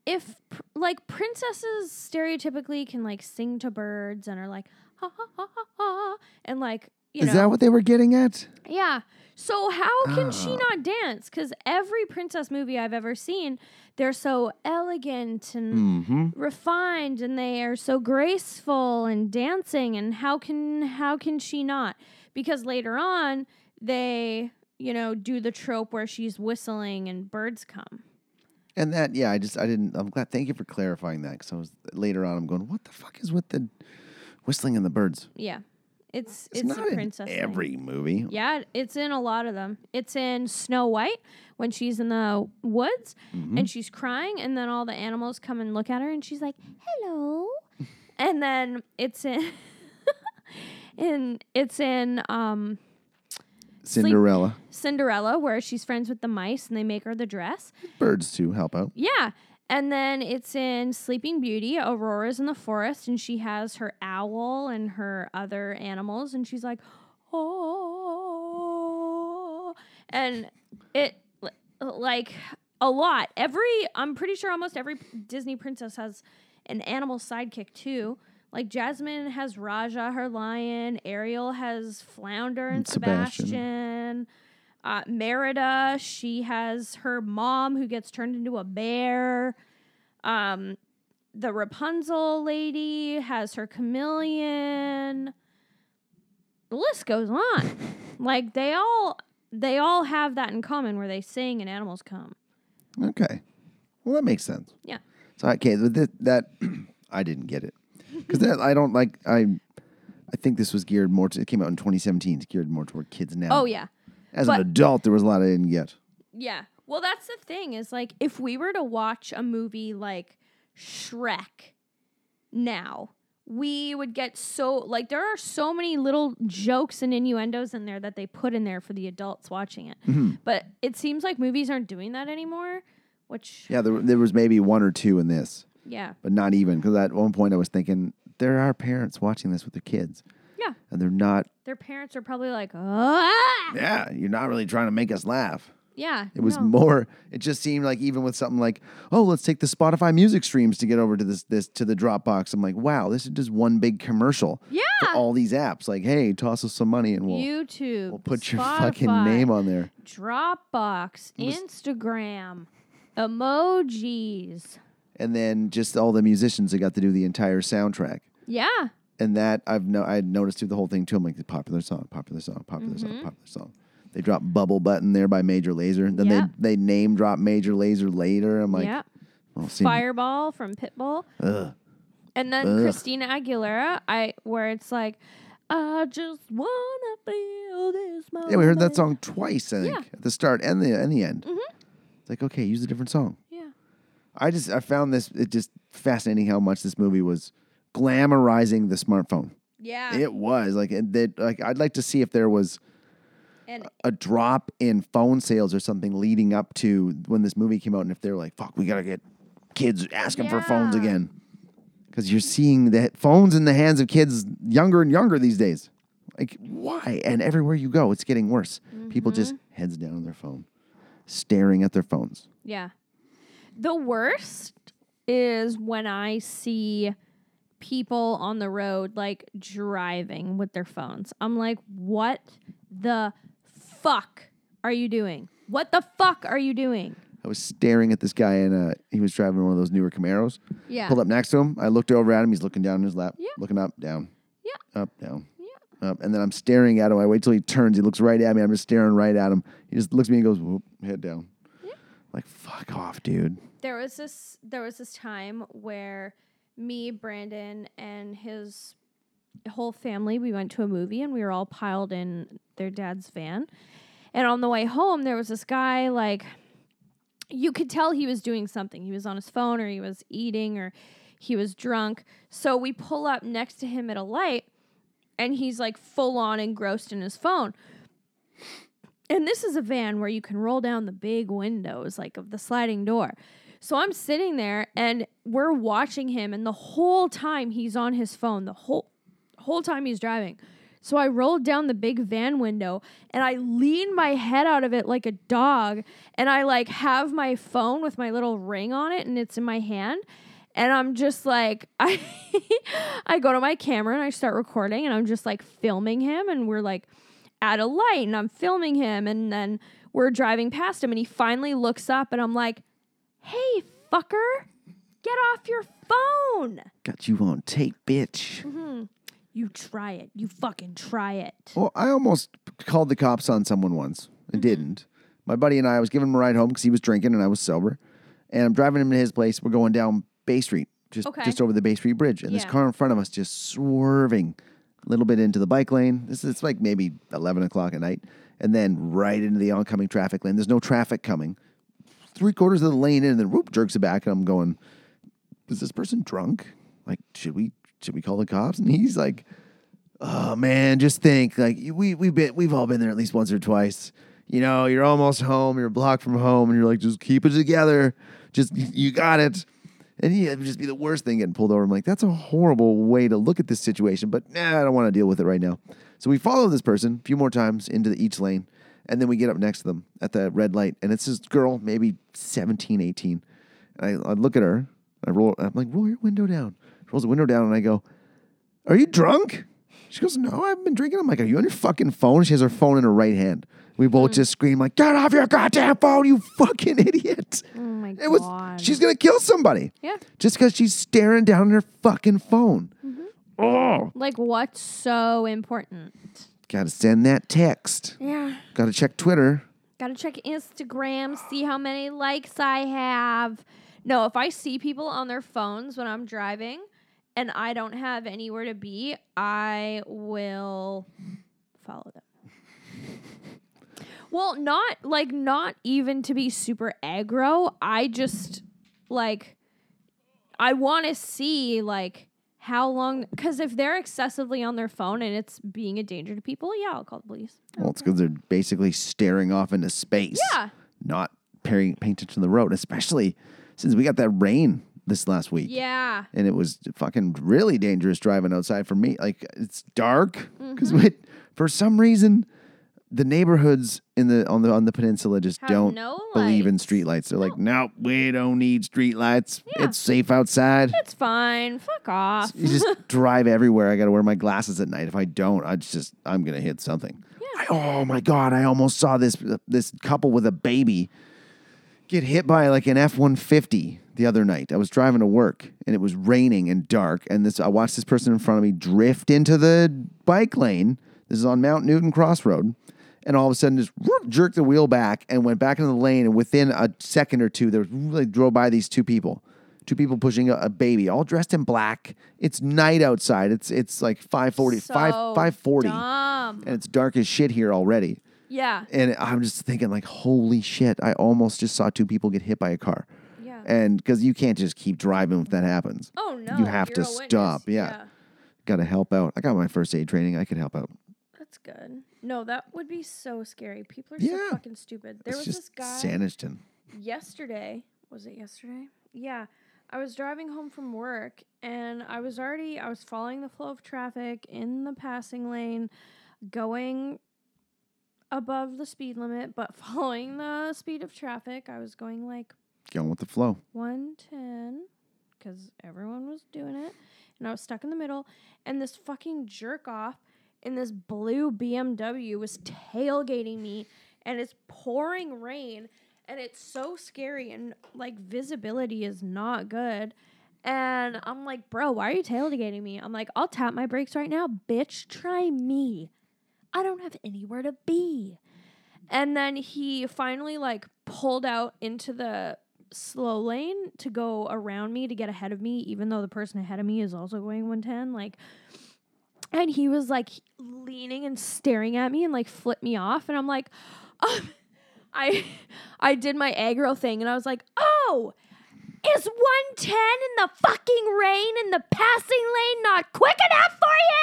[SPEAKER 2] if pr- like princesses stereotypically can like sing to birds and are like ha ha ha ha, ha and like you
[SPEAKER 1] Is
[SPEAKER 2] know
[SPEAKER 1] that what they were getting at?
[SPEAKER 2] yeah. So how can she
[SPEAKER 1] Oh.
[SPEAKER 2] not dance? Because every princess movie I've ever seen, they're so elegant and
[SPEAKER 1] Mm-hmm.
[SPEAKER 2] refined, and they are so graceful and dancing. And how can how can she not? Because later on, they you know do the trope where she's whistling and birds come.
[SPEAKER 1] And that, yeah, I just, I didn't, I'm glad, thank you for clarifying that. Cause I was, later on, I'm going, what the fuck is with the whistling and the birds?
[SPEAKER 2] Yeah, it's
[SPEAKER 1] It's,
[SPEAKER 2] it's,
[SPEAKER 1] not
[SPEAKER 2] a princess.
[SPEAKER 1] in
[SPEAKER 2] thing.
[SPEAKER 1] every movie.
[SPEAKER 2] Yeah, it's in a lot of them. It's in Snow White when she's in the woods and she's crying, and then all the animals come and look at her, and she's like, "Hello," and then it's in, in it's in um,
[SPEAKER 1] Cinderella.
[SPEAKER 2] Cinderella where she's friends with the mice, and they make her the dress.
[SPEAKER 1] Birds too help out.
[SPEAKER 2] Yeah. And then it's in Sleeping Beauty. Aurora's in the forest and she has her owl and her other animals and she's like, oh. And it, li- like, a lot. Every, I'm pretty sure almost every Disney princess has an animal sidekick too. Like Jasmine has Raja, her lion. Ariel has Flounder and
[SPEAKER 1] And Sebastian.
[SPEAKER 2] Sebastian uh, Merida. She has her mom who gets turned into a bear. Um, the Rapunzel lady has her chameleon. The list goes on. like they all they all have that in common where they sing and animals come.
[SPEAKER 1] Okay. Well, that makes sense.
[SPEAKER 2] Yeah.
[SPEAKER 1] So okay, th- th- that I didn't get it because that I don't like I. I think this was geared more to. It came out in 2017. It's geared more toward kids now.
[SPEAKER 2] Oh yeah.
[SPEAKER 1] As an
[SPEAKER 2] but-
[SPEAKER 1] adult, there was a lot I didn't get.
[SPEAKER 2] Yeah. Well, that's the thing is like if we were to watch a movie like Shrek now, we would get so like there are so many little jokes and innuendos in there that they put in there for the adults watching it.
[SPEAKER 1] Mm-hmm.
[SPEAKER 2] But it seems like movies aren't doing that anymore, which
[SPEAKER 1] Yeah, there, there was maybe one or two in this,
[SPEAKER 2] yeah.
[SPEAKER 1] but not even because at one point I was thinking there are parents watching this with their kids,
[SPEAKER 2] Yeah.
[SPEAKER 1] and they're not.
[SPEAKER 2] Their parents are probably like, "Ah!"
[SPEAKER 1] Yeah, you're not really trying to make us laugh.
[SPEAKER 2] Yeah.
[SPEAKER 1] It was
[SPEAKER 2] no.
[SPEAKER 1] more. It just seemed like even with something like, oh, let's take the Spotify music streams to get over to this this to the Dropbox. I'm like, wow, this is just one big commercial.
[SPEAKER 2] Yeah.
[SPEAKER 1] For all these apps, like, hey, toss us some money and we'll
[SPEAKER 2] YouTube.
[SPEAKER 1] we'll put your fucking
[SPEAKER 2] Spotify.
[SPEAKER 1] name on there.
[SPEAKER 2] Dropbox, Instagram, emojis.
[SPEAKER 1] And then just all the musicians that got to do the entire soundtrack.
[SPEAKER 2] Yeah.
[SPEAKER 1] And that I've no I had noticed through the whole thing too. I'm like the popular song, popular song, popular
[SPEAKER 2] Mm-hmm.
[SPEAKER 1] song, popular song. They dropped Bubble Button there by Major Laser. Then
[SPEAKER 2] Yeah.
[SPEAKER 1] they they name drop Major Laser later. I'm like,
[SPEAKER 2] yeah.
[SPEAKER 1] well, see,
[SPEAKER 2] Fireball from Pitbull.
[SPEAKER 1] ugh.
[SPEAKER 2] And then
[SPEAKER 1] Ugh.
[SPEAKER 2] Christina Aguilera, I where it's like, I just wanna feel this moment.
[SPEAKER 1] Yeah, we heard that song twice, I think,
[SPEAKER 2] Yeah. Mm-hmm.
[SPEAKER 1] at the start and the and the end. It's like, okay, use a different song.
[SPEAKER 2] Yeah.
[SPEAKER 1] I just I found this it just fascinating how much this movie was glamorizing the smartphone.
[SPEAKER 2] Yeah.
[SPEAKER 1] It was like it, that. Like I'd like to see if there was
[SPEAKER 2] and
[SPEAKER 1] a drop in phone sales or something leading up to when this movie came out, and if they're like, "Fuck, we gotta get kids asking for phones
[SPEAKER 2] Yeah.
[SPEAKER 1] again," because you're seeing the phones in the hands of kids younger and younger these days. Like, why? And everywhere you go, it's getting worse. People just
[SPEAKER 2] Mm-hmm.
[SPEAKER 1] heads down on their phone, staring at their phones.
[SPEAKER 2] yeah. The worst is when I see people on the road like driving with their phones. I'm like, what the fuck are you doing? What the fuck are you doing?
[SPEAKER 1] I was staring at this guy, and uh, he was driving one of those newer Camaros.
[SPEAKER 2] Yeah.
[SPEAKER 1] Pulled up next to him. I looked over at him. He's looking down in his lap.
[SPEAKER 2] Yeah.
[SPEAKER 1] Looking up, down.
[SPEAKER 2] Yeah.
[SPEAKER 1] Up, down. Yeah. Up. And then I'm staring at him. I wait till he turns. He looks right at me. I'm just staring right at him. He just looks at me and goes, whoop, head down. Like, fuck off, dude.
[SPEAKER 2] there was this there was this time where me brandon and his whole family we went to a movie and we were all piled in their dad's van and on the way home there was this guy like you could tell he was doing something he was on his phone or he was eating or he was drunk so we pull up next to him at a light and he's like full on engrossed in his phone and this is a van where you can roll down the big windows like of the sliding door. So I'm sitting there and we're watching him, and the whole time he's on his phone, the whole whole time he's driving. So I rolled down the big van window and I lean my head out of it like a dog, and I like have my phone with my little ring on it, and it's in my hand. And I'm just like, I, I go to my camera and I start recording, and I'm just like filming him, and we're like at a light, and I'm filming him, and then we're driving past him, and he finally looks up, and I'm like, hey, fucker, get off your phone.
[SPEAKER 1] Got you on tape, bitch.
[SPEAKER 2] You try it. You fucking try it.
[SPEAKER 1] Well, I almost called the cops on someone once. I
[SPEAKER 2] Mm-hmm.
[SPEAKER 1] didn't. My buddy and I I was giving him a ride home because he was drinking and I was sober. And I'm driving him to his place. We're going down Bay Street, just
[SPEAKER 2] Okay.
[SPEAKER 1] just over the Bay Street Bridge. And this
[SPEAKER 2] Yeah.
[SPEAKER 1] car in front of us just swerving a little bit into the bike lane. This is it's like maybe 11 o'clock at night. And then right into the oncoming traffic lane. There's no traffic coming. Three quarters of the lane in, and then whoop, jerks it back. And I'm going, is this person drunk? Like, should we should we call the cops? And he's like, oh man, just think like we we been we've all been there at least once or twice. You know, you're almost home, you're a block from home, and you're like, just keep it together, just you got it. And yeah, it'd just be the worst thing getting pulled over. I'm like, that's a horrible way to look at this situation, but nah, I don't want to deal with it right now. So we follow this person a few more times into the, each lane, and then we get up next to them at the red light, and it's this girl, maybe 17, 18. And I, I look at her, I roll, I'm like, roll your window down. She rolls the window down, and I go, are you drunk? She goes, no, I haven't been drinking. I'm like, are you on your fucking phone? She has her phone in her right hand. We both
[SPEAKER 2] Mm.
[SPEAKER 1] just scream like, get off your goddamn phone, you fucking idiot.
[SPEAKER 2] Oh my
[SPEAKER 1] It was,
[SPEAKER 2] god.
[SPEAKER 1] she's gonna kill somebody.
[SPEAKER 2] Yeah.
[SPEAKER 1] Just because she's staring down at her fucking phone.
[SPEAKER 2] Mm-hmm.
[SPEAKER 1] Oh,
[SPEAKER 2] like what's so important?
[SPEAKER 1] gotta send that text.
[SPEAKER 2] Yeah.
[SPEAKER 1] Gotta check Twitter.
[SPEAKER 2] Gotta check Instagram, see how many likes I have. No, if I see people on their phones when I'm driving and I don't have anywhere to be, I will follow them. Well, not like not even to be super aggro. I just like I want to see like how long cuz if they're excessively on their phone and it's being a danger to people, yeah, I'll call the police.
[SPEAKER 1] Well, it's because they're basically staring off into space.
[SPEAKER 2] Yeah.
[SPEAKER 1] Not paying, paying attention to the road, especially since we got that rain this last week.
[SPEAKER 2] Yeah.
[SPEAKER 1] and it was fucking really dangerous driving outside for me. Like it's dark because
[SPEAKER 2] Mm-hmm.
[SPEAKER 1] for some reason the neighborhoods in the on the on the peninsula just
[SPEAKER 2] Have
[SPEAKER 1] don't
[SPEAKER 2] no
[SPEAKER 1] believe in
[SPEAKER 2] lights.
[SPEAKER 1] streetlights. They're like, no, we don't need streetlights.
[SPEAKER 2] Yeah.
[SPEAKER 1] It's safe outside.
[SPEAKER 2] It's fine. Fuck off.
[SPEAKER 1] You just drive everywhere. I got to wear my glasses at night. If I don't, I just I'm gonna hit something. I- oh my god! I almost saw this this couple with a baby get hit by like an F one fifty the other night. I was driving to work and it was raining and dark. And this I watched this person in front of me drift into the bike lane. This is on Mount Newton Crossroad. And all of a sudden, just whoop, jerked the wheel back and went back into the lane. And within a second or two, there was, they drove by these two people two people pushing a, a baby, all dressed in black. It's night outside. It's it's like 540,
[SPEAKER 2] So
[SPEAKER 1] 5, 540.
[SPEAKER 2] dumb.
[SPEAKER 1] And it's dark as shit here already.
[SPEAKER 2] Yeah.
[SPEAKER 1] And I'm just thinking like, holy shit, I almost just saw two people get hit by a car.
[SPEAKER 2] Yeah.
[SPEAKER 1] And because you can't just keep driving if that happens.
[SPEAKER 2] oh no.
[SPEAKER 1] You have to
[SPEAKER 2] you're a witness.
[SPEAKER 1] stop. Yeah. Got to help out. I got my first aid training. I could help out.
[SPEAKER 2] That's good. No, that would be so scary. People are
[SPEAKER 1] Yeah.
[SPEAKER 2] so fucking stupid. There
[SPEAKER 1] it's
[SPEAKER 2] was
[SPEAKER 1] just
[SPEAKER 2] this guy
[SPEAKER 1] Sanditon.
[SPEAKER 2] yesterday. Was it yesterday? Yeah. I was driving home from work and I was already I was following the flow of traffic in the passing lane going above the speed limit but following the speed of traffic. I was going like
[SPEAKER 1] Going with the flow.
[SPEAKER 2] 110 because everyone was doing it and i was stuck in the middle and this fucking jerk off in this blue bmw was tailgating me and it's pouring rain and it's so scary and like visibility is not good and i'm like bro why are you tailgating me i'm like i'll tap my brakes right now bitch try me i don't have anywhere to be and then he finally like pulled out into the slow lane to go around me to get ahead of me, even though the person ahead of me is also going 110. Like, and he was like leaning and staring at me and like flipped me off. And I'm like, um, I, I did my aggro thing and I was like, oh, is 110 in the fucking rain in the passing lane not quick enough for you?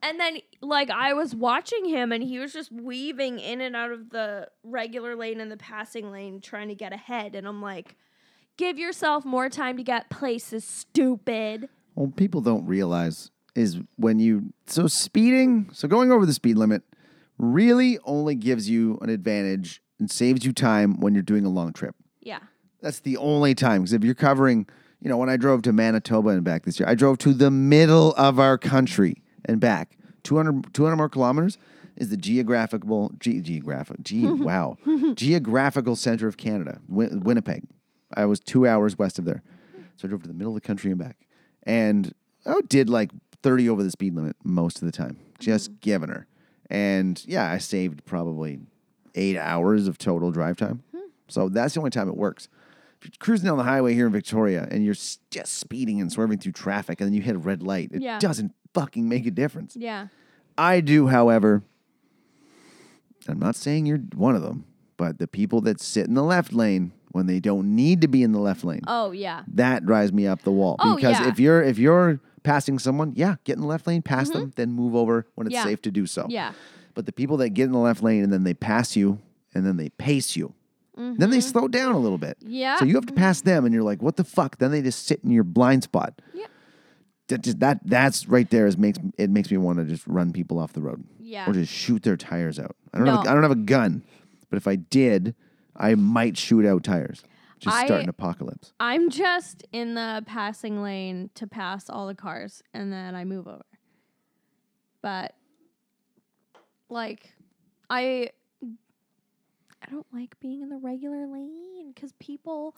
[SPEAKER 2] And then, like, I was watching him, and he was just weaving in and out of the regular lane and the passing lane, trying to get ahead. And I'm like, Give yourself more time to get places, stupid.
[SPEAKER 1] Well, people don't realize is when you so speeding, so going over the speed limit really only gives you an advantage and saves you time when you're doing a long trip.
[SPEAKER 2] Yeah.
[SPEAKER 1] That's the only time because if you're covering, you know, when I drove to Manitoba and back this year, I drove to the middle of our country and back. 200, 200 more kilometers is the geographical ge- geographic gee, wow geographical center of Canada, Win- Winnipeg. I was two hours west of there, so I drove to the middle of the country and back, and I did like thirty over the speed limit most of the time, just giving her. And yeah, I saved probably eight hours of total drive time. So that's the only time it works. If you're cruising down the highway here in Victoria and you're s- just speeding and swerving through traffic and then you hit a red light, it
[SPEAKER 2] Yeah.
[SPEAKER 1] doesn't fucking make a difference.
[SPEAKER 2] Yeah.
[SPEAKER 1] I do, however, I'm not saying you're one of them, but the people that sit in the left lane when they don't need to be in the left lane,
[SPEAKER 2] Oh, yeah.
[SPEAKER 1] that drives me up the wall.
[SPEAKER 2] Oh,
[SPEAKER 1] because
[SPEAKER 2] yeah.
[SPEAKER 1] if you're if you're passing someone, yeah, get in the left lane, pass them, then move over when it's
[SPEAKER 2] Mm-hmm. Yeah.
[SPEAKER 1] safe to do so.
[SPEAKER 2] Yeah.
[SPEAKER 1] But the people that get in the left lane and then they pass you and then they pace you. Then
[SPEAKER 2] Mm-hmm.
[SPEAKER 1] they slow down a little bit.
[SPEAKER 2] Yeah.
[SPEAKER 1] So you have to pass them and you're like, what the fuck? Then they just sit in your blind spot.
[SPEAKER 2] Yeah.
[SPEAKER 1] That just, that that's right there is makes it makes me want to just run people off the road.
[SPEAKER 2] Yeah.
[SPEAKER 1] Or just shoot their tires out. I don't have a,
[SPEAKER 2] No.
[SPEAKER 1] I don't have a gun, but if I did, I might shoot out tires. Just
[SPEAKER 2] I-
[SPEAKER 1] start an apocalypse.
[SPEAKER 2] I'm just in the passing lane to pass all the cars and then I move over. But like I I don't like being in the regular lane cuz people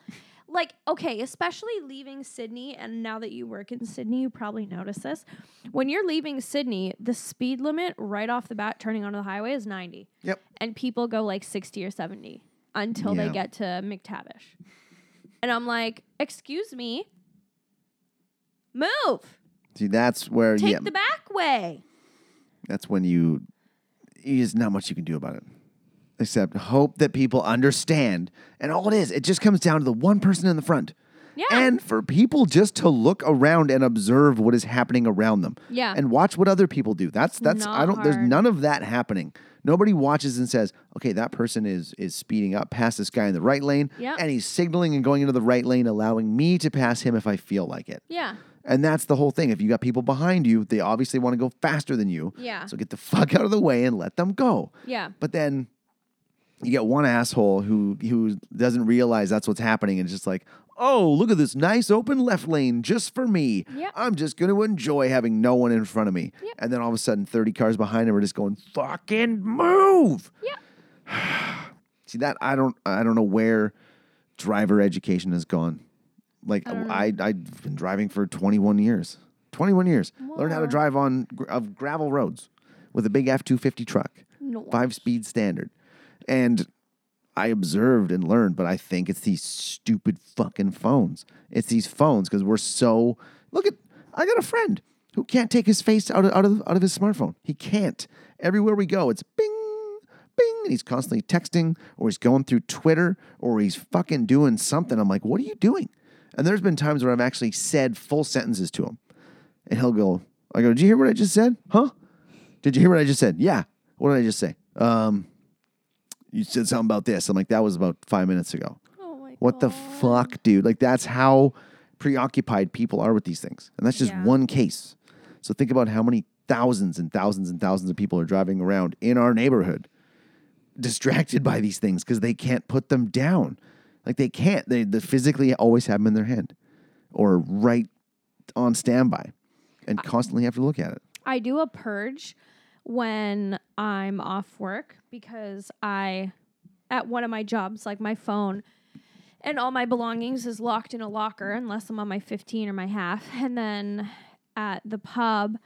[SPEAKER 2] like okay, especially leaving Sydney and now that you work in Sydney, you probably notice this. When you're leaving Sydney, the speed limit right off the bat turning onto the highway is 90
[SPEAKER 1] Yep.
[SPEAKER 2] and people go like 60 or 70 until
[SPEAKER 1] Yeah.
[SPEAKER 2] they get to McTavish. And I'm like, excuse me, move,
[SPEAKER 1] See, that's where
[SPEAKER 2] take
[SPEAKER 1] yeah,
[SPEAKER 2] the back way.
[SPEAKER 1] that's when you there's not much you can do about it except hope that people understand and all it is it just comes down to the one person in the front
[SPEAKER 2] Yeah.
[SPEAKER 1] and for people just to look around and observe what is happening around them
[SPEAKER 2] Yeah.
[SPEAKER 1] and watch what other people do that's that's i
[SPEAKER 2] not
[SPEAKER 1] don't there's
[SPEAKER 2] hard.
[SPEAKER 1] none of that happening nobody watches and says okay that person is is speeding up past this guy in the right lane
[SPEAKER 2] Yeah.
[SPEAKER 1] and he's signaling and going into the right lane allowing me to pass him if i feel like it
[SPEAKER 2] yeah.
[SPEAKER 1] and that's the whole thing. If you got people behind you, they obviously want to go faster than you.
[SPEAKER 2] Yeah.
[SPEAKER 1] So get the fuck out of the way and let them go.
[SPEAKER 2] Yeah.
[SPEAKER 1] But then you get one asshole who who doesn't realize that's what's happening and is just like, oh, look at this nice open left lane just for me.
[SPEAKER 2] Yep.
[SPEAKER 1] I'm just gonna enjoy having no one in front of me. And then all of a sudden, 30 cars behind him are just going, fucking move.
[SPEAKER 2] Yep.
[SPEAKER 1] See that I don't I don't know where driver education has gone. Like
[SPEAKER 2] Uh.
[SPEAKER 1] I, I have been driving for 21 years. 21 years. Learned how to drive on gr- of gravel roads with a big F250 truck.
[SPEAKER 2] No.
[SPEAKER 1] Five speed standard. And I observed and learned, but I think it's these stupid fucking phones. It's these phones because we're so look at. I got a friend who can't take his face out of out of out of his smartphone. He can't. Everywhere we go, it's bing, bing, and he's constantly texting, or he's going through Twitter, or he's fucking doing something. I'm like, what are you doing? And there's been times where I've actually said full sentences to him, and he'll go, I go, did you hear what I just said? Huh? Did you hear what I just said? Yeah. What did I just say? Um, you said something about this. I'm like, that was about five minutes ago.
[SPEAKER 2] Oh my
[SPEAKER 1] What the
[SPEAKER 2] God.
[SPEAKER 1] fuck, dude? Like, that's how preoccupied people are with these things. And that's just
[SPEAKER 2] Yeah.
[SPEAKER 1] one case. So think about how many thousands and thousands and thousands of people are driving around in our neighborhood distracted by these things because they can't put them down. Like, they can't. They, they physically always have them in their hand or right on standby and constantly have to look at it.
[SPEAKER 2] I do a purge when I'm off work because I, at one of my jobs, like my phone and all my belongings is locked in a locker unless I'm on my 15 or my half. And then at the pub,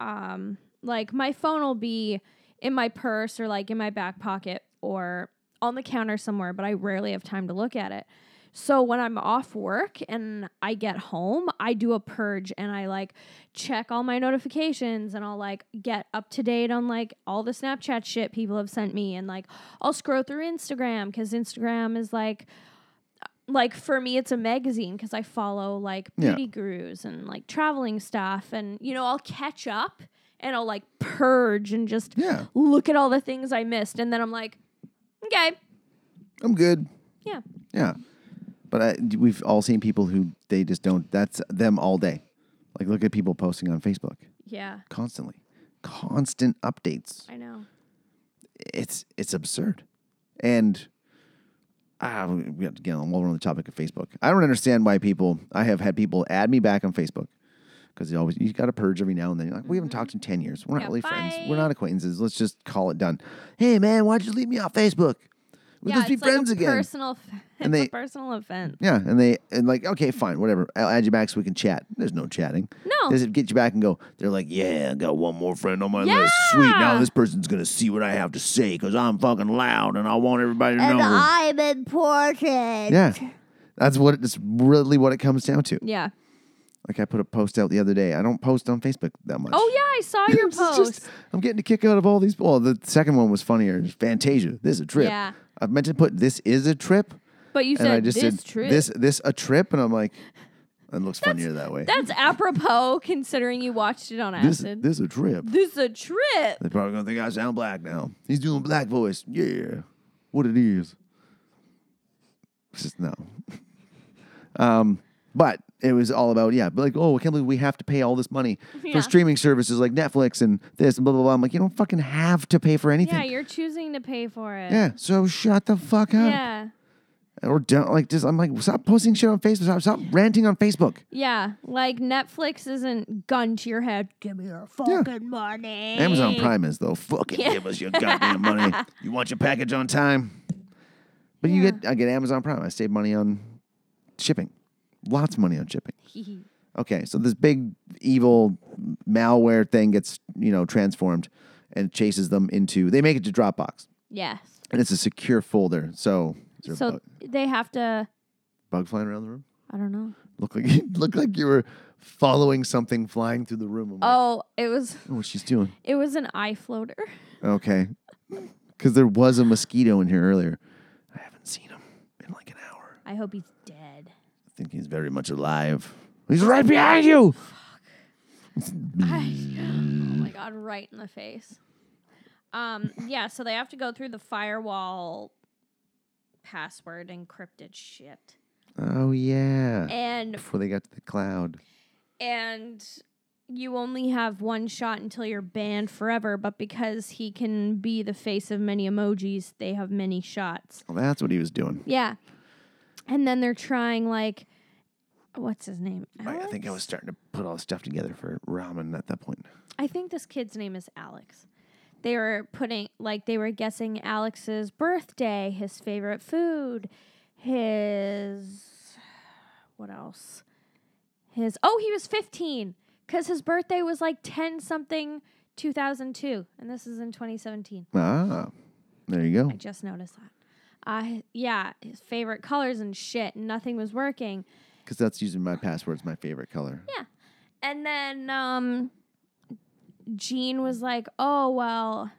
[SPEAKER 2] um, like my phone will be in my purse or like in my back pocket or on the counter somewhere, but I rarely have time to look at it. So when I'm off work and I get home, I do a purge and I like check all my notifications and I'll like get up to date on like all the Snapchat shit people have sent me and like I'll scroll through Instagram cuz Instagram is like like for me it's a magazine cuz I follow like
[SPEAKER 1] Yeah.
[SPEAKER 2] beauty gurus and like traveling stuff and you know I'll catch up and I'll like purge and just
[SPEAKER 1] Yeah.
[SPEAKER 2] look at all the things I missed and then I'm like okay
[SPEAKER 1] I'm good.
[SPEAKER 2] yeah
[SPEAKER 1] Yeah. But I, we've all seen people who they just don't. That's them all day. Like look at people posting on Facebook
[SPEAKER 2] Yeah,
[SPEAKER 1] constantly, constant updates.
[SPEAKER 2] I know.
[SPEAKER 1] It's it's absurd, and ah, we we have to get on. While we're on the topic of Facebook, I don't understand why people. I have had people add me back on Facebook because you always you got to purge every now and then. You're like, we haven't talked in ten years. We're not
[SPEAKER 2] Yeah,
[SPEAKER 1] really friends. We're
[SPEAKER 2] bye."
[SPEAKER 1] not acquaintances. Let's just call it done. Hey man, why'd you leave me off Facebook? We'll
[SPEAKER 2] yeah,
[SPEAKER 1] just be
[SPEAKER 2] it's like
[SPEAKER 1] friends
[SPEAKER 2] a
[SPEAKER 1] again.
[SPEAKER 2] Personal, f-
[SPEAKER 1] And
[SPEAKER 2] it's
[SPEAKER 1] they-
[SPEAKER 2] a personal offense.
[SPEAKER 1] Yeah, and they and like okay, fine, whatever. I'll add you back so we can chat. There's no chatting.
[SPEAKER 2] No.
[SPEAKER 1] does it get you back and go? They're like, yeah, I got one more friend on my list. Sweet, now
[SPEAKER 2] Yeah.
[SPEAKER 1] this person's gonna see what I have to say because I'm fucking loud and I want everybody to
[SPEAKER 4] And
[SPEAKER 1] know.
[SPEAKER 4] I'm important.
[SPEAKER 1] yeah, that's what it's really what it comes down to.
[SPEAKER 2] Yeah.
[SPEAKER 1] Like I put a post out the other day. I don't post on Facebook that much.
[SPEAKER 2] Oh yeah, I saw your
[SPEAKER 1] This is
[SPEAKER 2] post.
[SPEAKER 1] just- I'm getting a kick out of all these. Well, the second one was funnier. Fantasia. This is a trip.
[SPEAKER 2] Yeah.
[SPEAKER 1] I meant to put this is a trip,
[SPEAKER 2] but you
[SPEAKER 1] and I
[SPEAKER 2] said
[SPEAKER 1] just
[SPEAKER 2] this
[SPEAKER 1] said
[SPEAKER 2] trip.
[SPEAKER 1] this this a trip, and I'm like, it looks funnier that way.
[SPEAKER 2] That's apropos considering you watched it on
[SPEAKER 1] this,
[SPEAKER 2] acid.
[SPEAKER 1] this a trip.
[SPEAKER 2] This, is a trip.
[SPEAKER 1] They're probably gonna think I sound black now. He's doing black voice. Yeah, what it is. It's just no. um, but it was all about yeah, but like oh, I can't believe we have to pay all this money
[SPEAKER 2] Yeah.
[SPEAKER 1] for streaming services like Netflix and this and blah blah blah. I'm like, you don't fucking have to pay for anything.
[SPEAKER 2] Yeah, you're choosing to pay for it.
[SPEAKER 1] Yeah, so shut the fuck up.
[SPEAKER 2] Yeah.
[SPEAKER 1] Or don't like just I'm like stop posting shit on Facebook. Stop, stop ranting on Facebook.
[SPEAKER 2] Yeah. Like Netflix isn't gun to your head.
[SPEAKER 4] Give me your fucking money.
[SPEAKER 1] Amazon Prime is though. Fucking give us your goddamn money. You want your package on time. But you get I get Amazon Prime. I save money on shipping. Lots of money on shipping. Okay, so this big evil malware thing gets, you know, transformed and chases them into they make it to Dropbox.
[SPEAKER 2] yes.
[SPEAKER 1] And it's a secure folder. So is there a
[SPEAKER 2] So
[SPEAKER 1] bug,
[SPEAKER 2] they have to
[SPEAKER 1] bug flying around the room?
[SPEAKER 2] I don't know.
[SPEAKER 1] Look like look like you were following something flying through the room. I'm like,
[SPEAKER 2] Oh, it was
[SPEAKER 1] oh, what she's doing.
[SPEAKER 2] it was an eye floater.
[SPEAKER 1] Okay. Because there was a mosquito in here earlier. I haven't seen him in like an hour.
[SPEAKER 2] I hope he's dead.
[SPEAKER 1] I think he's very much alive. He's right behind you.
[SPEAKER 2] I,
[SPEAKER 1] Mm.
[SPEAKER 2] oh my god, right in the face. Um, yeah, so they have to go through the firewall password encrypted shit.
[SPEAKER 1] Oh, yeah.
[SPEAKER 2] And
[SPEAKER 1] Before they got to the cloud.
[SPEAKER 2] and you only have one shot until you're banned forever, but because he can be the face of many emojis, they have many shots.
[SPEAKER 1] Well, that's what he was doing.
[SPEAKER 2] Yeah. And then they're trying like what's his name?
[SPEAKER 1] I, I think I was starting to put all the stuff together for ramen at that point.
[SPEAKER 2] I think this kid's name is Alex. They were putting like they were guessing Alex's birthday, his favorite food, his what else? His oh, he was 15 cuz his birthday was like 10 something 2002 and this is in 2017.
[SPEAKER 1] Ah, there you go.
[SPEAKER 2] I just noticed that. Uh, yeah, his favorite colors and shit. Nothing was working.
[SPEAKER 1] Because that's using my password. It's my favorite color.
[SPEAKER 2] And then um Gene was like, "Oh, well,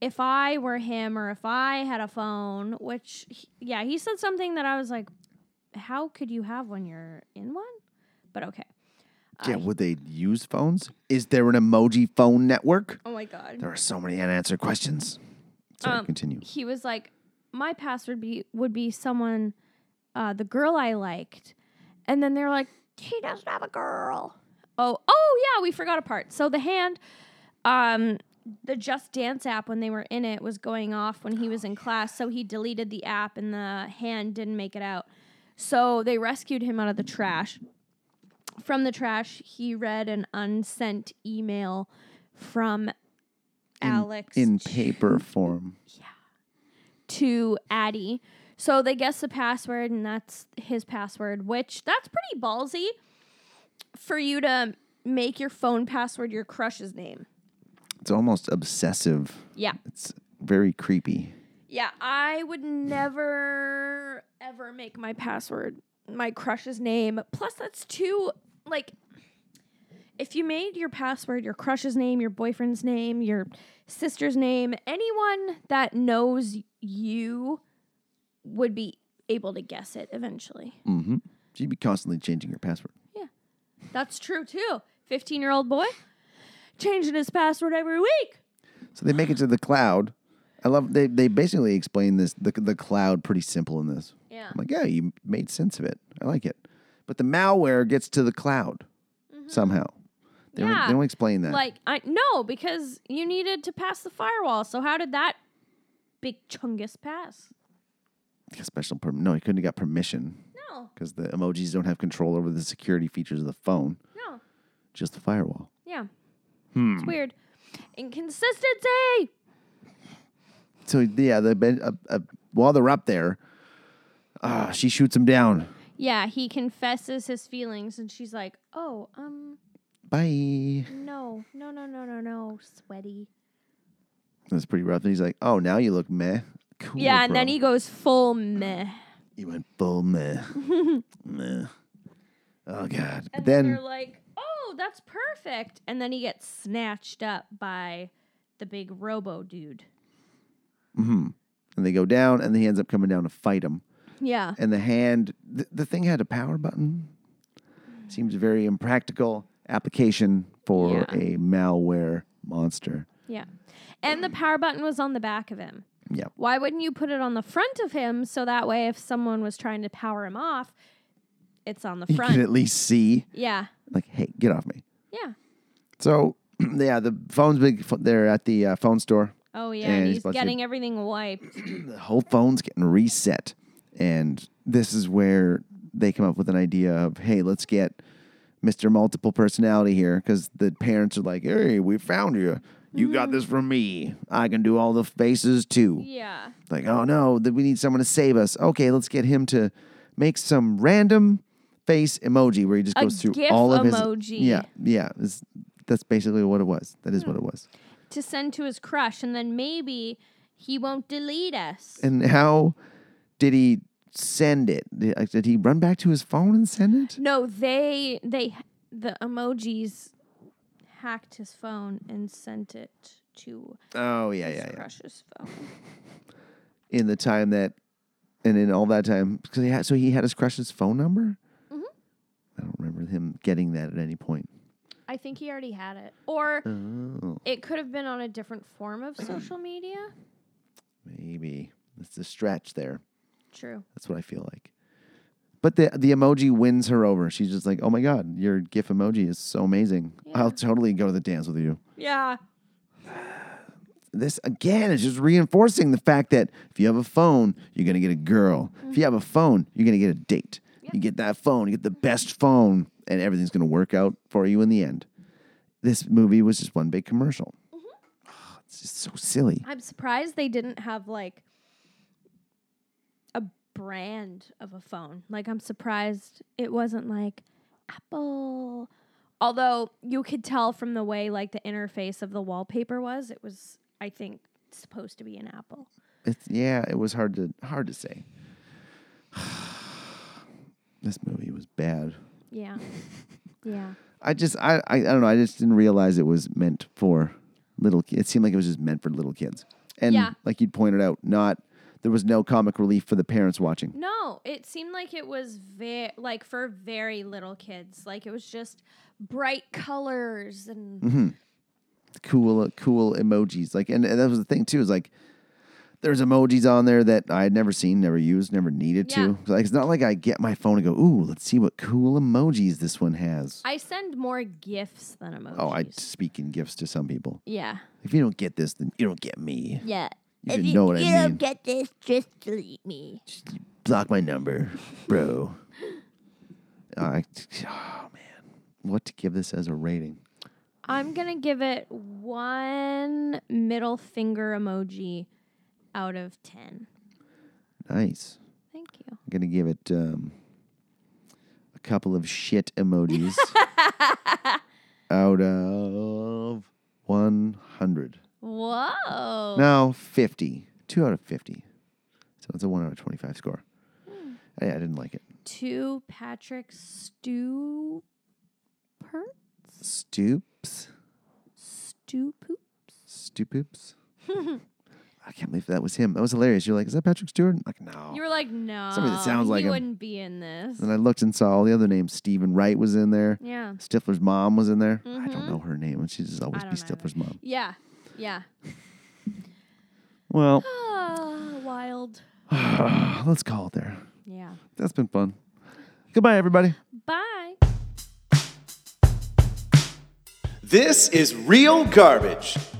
[SPEAKER 2] if I were him or if I had a phone, which he- yeah, he said something that I was like, how could you have when you're in one?" But okay.
[SPEAKER 1] Yeah, would they use phones? Is there an emoji phone network?
[SPEAKER 2] Oh my god.
[SPEAKER 1] There are so many unanswered questions. Sorry,
[SPEAKER 2] Um,
[SPEAKER 1] continue.
[SPEAKER 2] He was like, "My password be would be someone uh the girl I liked." And then they're like, "He doesn't have a girl." Oh, oh yeah, we forgot a part. So the hand um the Just Dance app when they were in it was going off when he was
[SPEAKER 1] Oh,
[SPEAKER 2] in class, so he deleted the app and the hand didn't make it out. So they rescued him out of the trash. From the trash, he read an unsent email from Alex
[SPEAKER 1] In paper form.
[SPEAKER 2] to Addie. So they guess the password, and that's his password, which that's pretty ballsy for you to make your phone password your crush's name.
[SPEAKER 1] It's almost obsessive.
[SPEAKER 2] Yeah.
[SPEAKER 1] It's very creepy.
[SPEAKER 2] Yeah. I would never, ever make my password my crush's name. Plus, that's too, like, if you made your password your crush's name, your boyfriend's name, your sister's name, anyone that knows you would be able to guess it eventually.
[SPEAKER 1] Mm-hmm. So you'd be constantly changing your password.
[SPEAKER 2] That's true too. 15 year old boy changing his password every week.
[SPEAKER 1] So they make it to the cloud. I love they they basically explain this the the cloud pretty simple in this.
[SPEAKER 2] Yeah. Yeah.
[SPEAKER 1] I'm like, yeah, you made sense of it. I like it. But the malware gets to the cloud somehow. They, don't-
[SPEAKER 2] Mm-hmm. Yeah.
[SPEAKER 1] they don't explain that.
[SPEAKER 2] Like I no, because you needed to pass the firewall. So how did that big chungus pass?
[SPEAKER 1] Special perm. No, he couldn't have got permission
[SPEAKER 2] No,
[SPEAKER 1] because the emojis don't have control over the security features of the phone,
[SPEAKER 2] no,
[SPEAKER 1] just the firewall.
[SPEAKER 2] yeah. It's weird. Inconsistency.
[SPEAKER 1] So yeah, the ben- uh, uh, while they're up there, ah, she shoots him down.
[SPEAKER 2] Yeah, he confesses his feelings, and she's like, "Oh, um,
[SPEAKER 1] Bye.
[SPEAKER 2] no, no, no, no, no, no, sweaty."
[SPEAKER 1] That's pretty rough. And he's like, "Oh, now you look meh." Cool,
[SPEAKER 2] Yeah, and then
[SPEAKER 1] bro.
[SPEAKER 2] he goes full meh.
[SPEAKER 1] He went full meh. meh. Oh God. But
[SPEAKER 2] And
[SPEAKER 1] then
[SPEAKER 2] then they're like, "Oh, that's perfect," and then he gets snatched up by the big robo dude.
[SPEAKER 1] and they go down, and he ends up coming down to fight him.
[SPEAKER 2] Yeah,
[SPEAKER 1] And the hand, th- the thing had a power button. Seems very impractical application for
[SPEAKER 2] Yeah.
[SPEAKER 1] a malware monster.
[SPEAKER 2] yeah. And the power button was on the back of him.
[SPEAKER 1] Yeah.
[SPEAKER 2] Why wouldn't you put it on the front of him so that way if someone was trying to power him off, it's on the
[SPEAKER 1] You can at
[SPEAKER 2] front?
[SPEAKER 1] least see,
[SPEAKER 2] Yeah.
[SPEAKER 1] like, hey, get off me.
[SPEAKER 2] Yeah.
[SPEAKER 1] So, yeah, the phone's big. They're at the uh, phone store.
[SPEAKER 2] Oh yeah,
[SPEAKER 1] And
[SPEAKER 2] and
[SPEAKER 1] he's
[SPEAKER 2] he's,
[SPEAKER 1] busted.
[SPEAKER 2] getting everything wiped.
[SPEAKER 1] The whole phone's getting reset. And this is where they come up with an idea of, hey, let's get Mr. Multiple Personality here because the parents are like, hey, we found you. You got this from me. I can do all the faces too.
[SPEAKER 2] Yeah.
[SPEAKER 1] Like, oh no, that we need someone to save us. Okay, let's get him to make some random face emoji where he just
[SPEAKER 2] A
[SPEAKER 1] goes through
[SPEAKER 2] GIF
[SPEAKER 1] all of
[SPEAKER 2] emoji.
[SPEAKER 1] his. Yeah, yeah. It's- that's basically what it was. That is what it
[SPEAKER 2] Hmm.
[SPEAKER 1] was.
[SPEAKER 2] To send to his crush and then maybe he won't delete us.
[SPEAKER 1] And how did he send it? Did, like, did he run back to his phone and send it?
[SPEAKER 2] No, they they the emojis hacked his phone and sent it to
[SPEAKER 1] Oh yeah,
[SPEAKER 2] his
[SPEAKER 1] yeah, yeah.
[SPEAKER 2] crush's phone.
[SPEAKER 1] In the time that, and in all that time, because he had, so he had his crush's phone number. I don't remember him getting that at any point.
[SPEAKER 2] I think he already had it. Or
[SPEAKER 1] Oh,
[SPEAKER 2] it could have been on a different form of social media.
[SPEAKER 1] maybe it's a stretch there.
[SPEAKER 2] True.
[SPEAKER 1] That's what I feel like. But the the emoji wins her over. She's just like, "Oh my god, your GIF emoji is so amazing. I'll totally go to the dance with you."
[SPEAKER 2] Yeah.
[SPEAKER 1] This again is just reinforcing the fact that if you have a phone, you're gonna get a girl. If you have a phone, you're gonna get a date. You get that phone, you get the best phone, and everything's gonna work out for you in the end. This movie was just one big commercial. It's just so silly.
[SPEAKER 2] I'm surprised they didn't have like a brand of a phone. Like I'm surprised it wasn't like Apple. Although you could tell from the way like the interface of the wallpaper was, it was I think supposed to be an Apple.
[SPEAKER 1] It's, yeah, it was hard to hard to say. this movie was bad.
[SPEAKER 2] Yeah. yeah.
[SPEAKER 1] I just I, I I don't know. I just didn't realize it was meant for little kids. It seemed like it was just meant for little kids. And
[SPEAKER 2] Yeah.
[SPEAKER 1] like you'd pointed out, not there was no comic relief for the parents watching.
[SPEAKER 2] No, it seemed like it was very like for very little kids. Like it was just bright colors and
[SPEAKER 1] Mm-hmm. Cool cool emojis. Like and, and that was the thing too, is like there's emojis on there that I had never seen, never used, never needed
[SPEAKER 2] Yeah.
[SPEAKER 1] to. So, Like it's not like I get my phone and go, ooh, let's see what cool emojis this one has.
[SPEAKER 2] I send more gifts than emojis.
[SPEAKER 1] oh, I speak in gifts to some people.
[SPEAKER 2] yeah.
[SPEAKER 1] If you don't get this, then you don't get me.
[SPEAKER 4] Yeah.
[SPEAKER 1] You
[SPEAKER 4] if
[SPEAKER 1] should
[SPEAKER 4] you,
[SPEAKER 1] know what I
[SPEAKER 4] you don't
[SPEAKER 1] mean.
[SPEAKER 4] get this, just delete me.
[SPEAKER 1] block my number, bro. I, oh man, what to give this as a rating?
[SPEAKER 2] I'm gonna give it one middle finger emoji out of ten.
[SPEAKER 1] Nice.
[SPEAKER 2] Thank you.
[SPEAKER 1] I'm gonna give it um, a couple of shit emojis out of one hundred.
[SPEAKER 2] Whoa.
[SPEAKER 1] No, fifty. Two out of fifty. So it's a one out of twenty-five score.
[SPEAKER 2] Hmm.
[SPEAKER 1] Yeah, I didn't like it.
[SPEAKER 2] To Patrick Stu
[SPEAKER 1] Stoops,
[SPEAKER 2] Stupoops.
[SPEAKER 1] stoops. I can't believe that was him. That was hilarious. You're like, is that Patrick Stewart? I'm like, no.
[SPEAKER 2] You were like, no.
[SPEAKER 1] Somebody that sounds
[SPEAKER 2] he
[SPEAKER 1] like him."
[SPEAKER 2] wouldn't be in this.
[SPEAKER 1] Then I looked and saw all the other names. Stephen Wright was in there.
[SPEAKER 2] Yeah.
[SPEAKER 1] Stifler's mom was in there. I don't know her name, and she'd just always
[SPEAKER 2] Mm-hmm. I
[SPEAKER 1] be
[SPEAKER 2] don't know
[SPEAKER 1] Stifler's mom.
[SPEAKER 2] Yeah. Yeah.
[SPEAKER 1] Well,
[SPEAKER 2] Ah, wild.
[SPEAKER 1] let's call it there.
[SPEAKER 2] Yeah.
[SPEAKER 5] That's been fun. Goodbye, everybody.
[SPEAKER 2] Bye.
[SPEAKER 1] This is real garbage.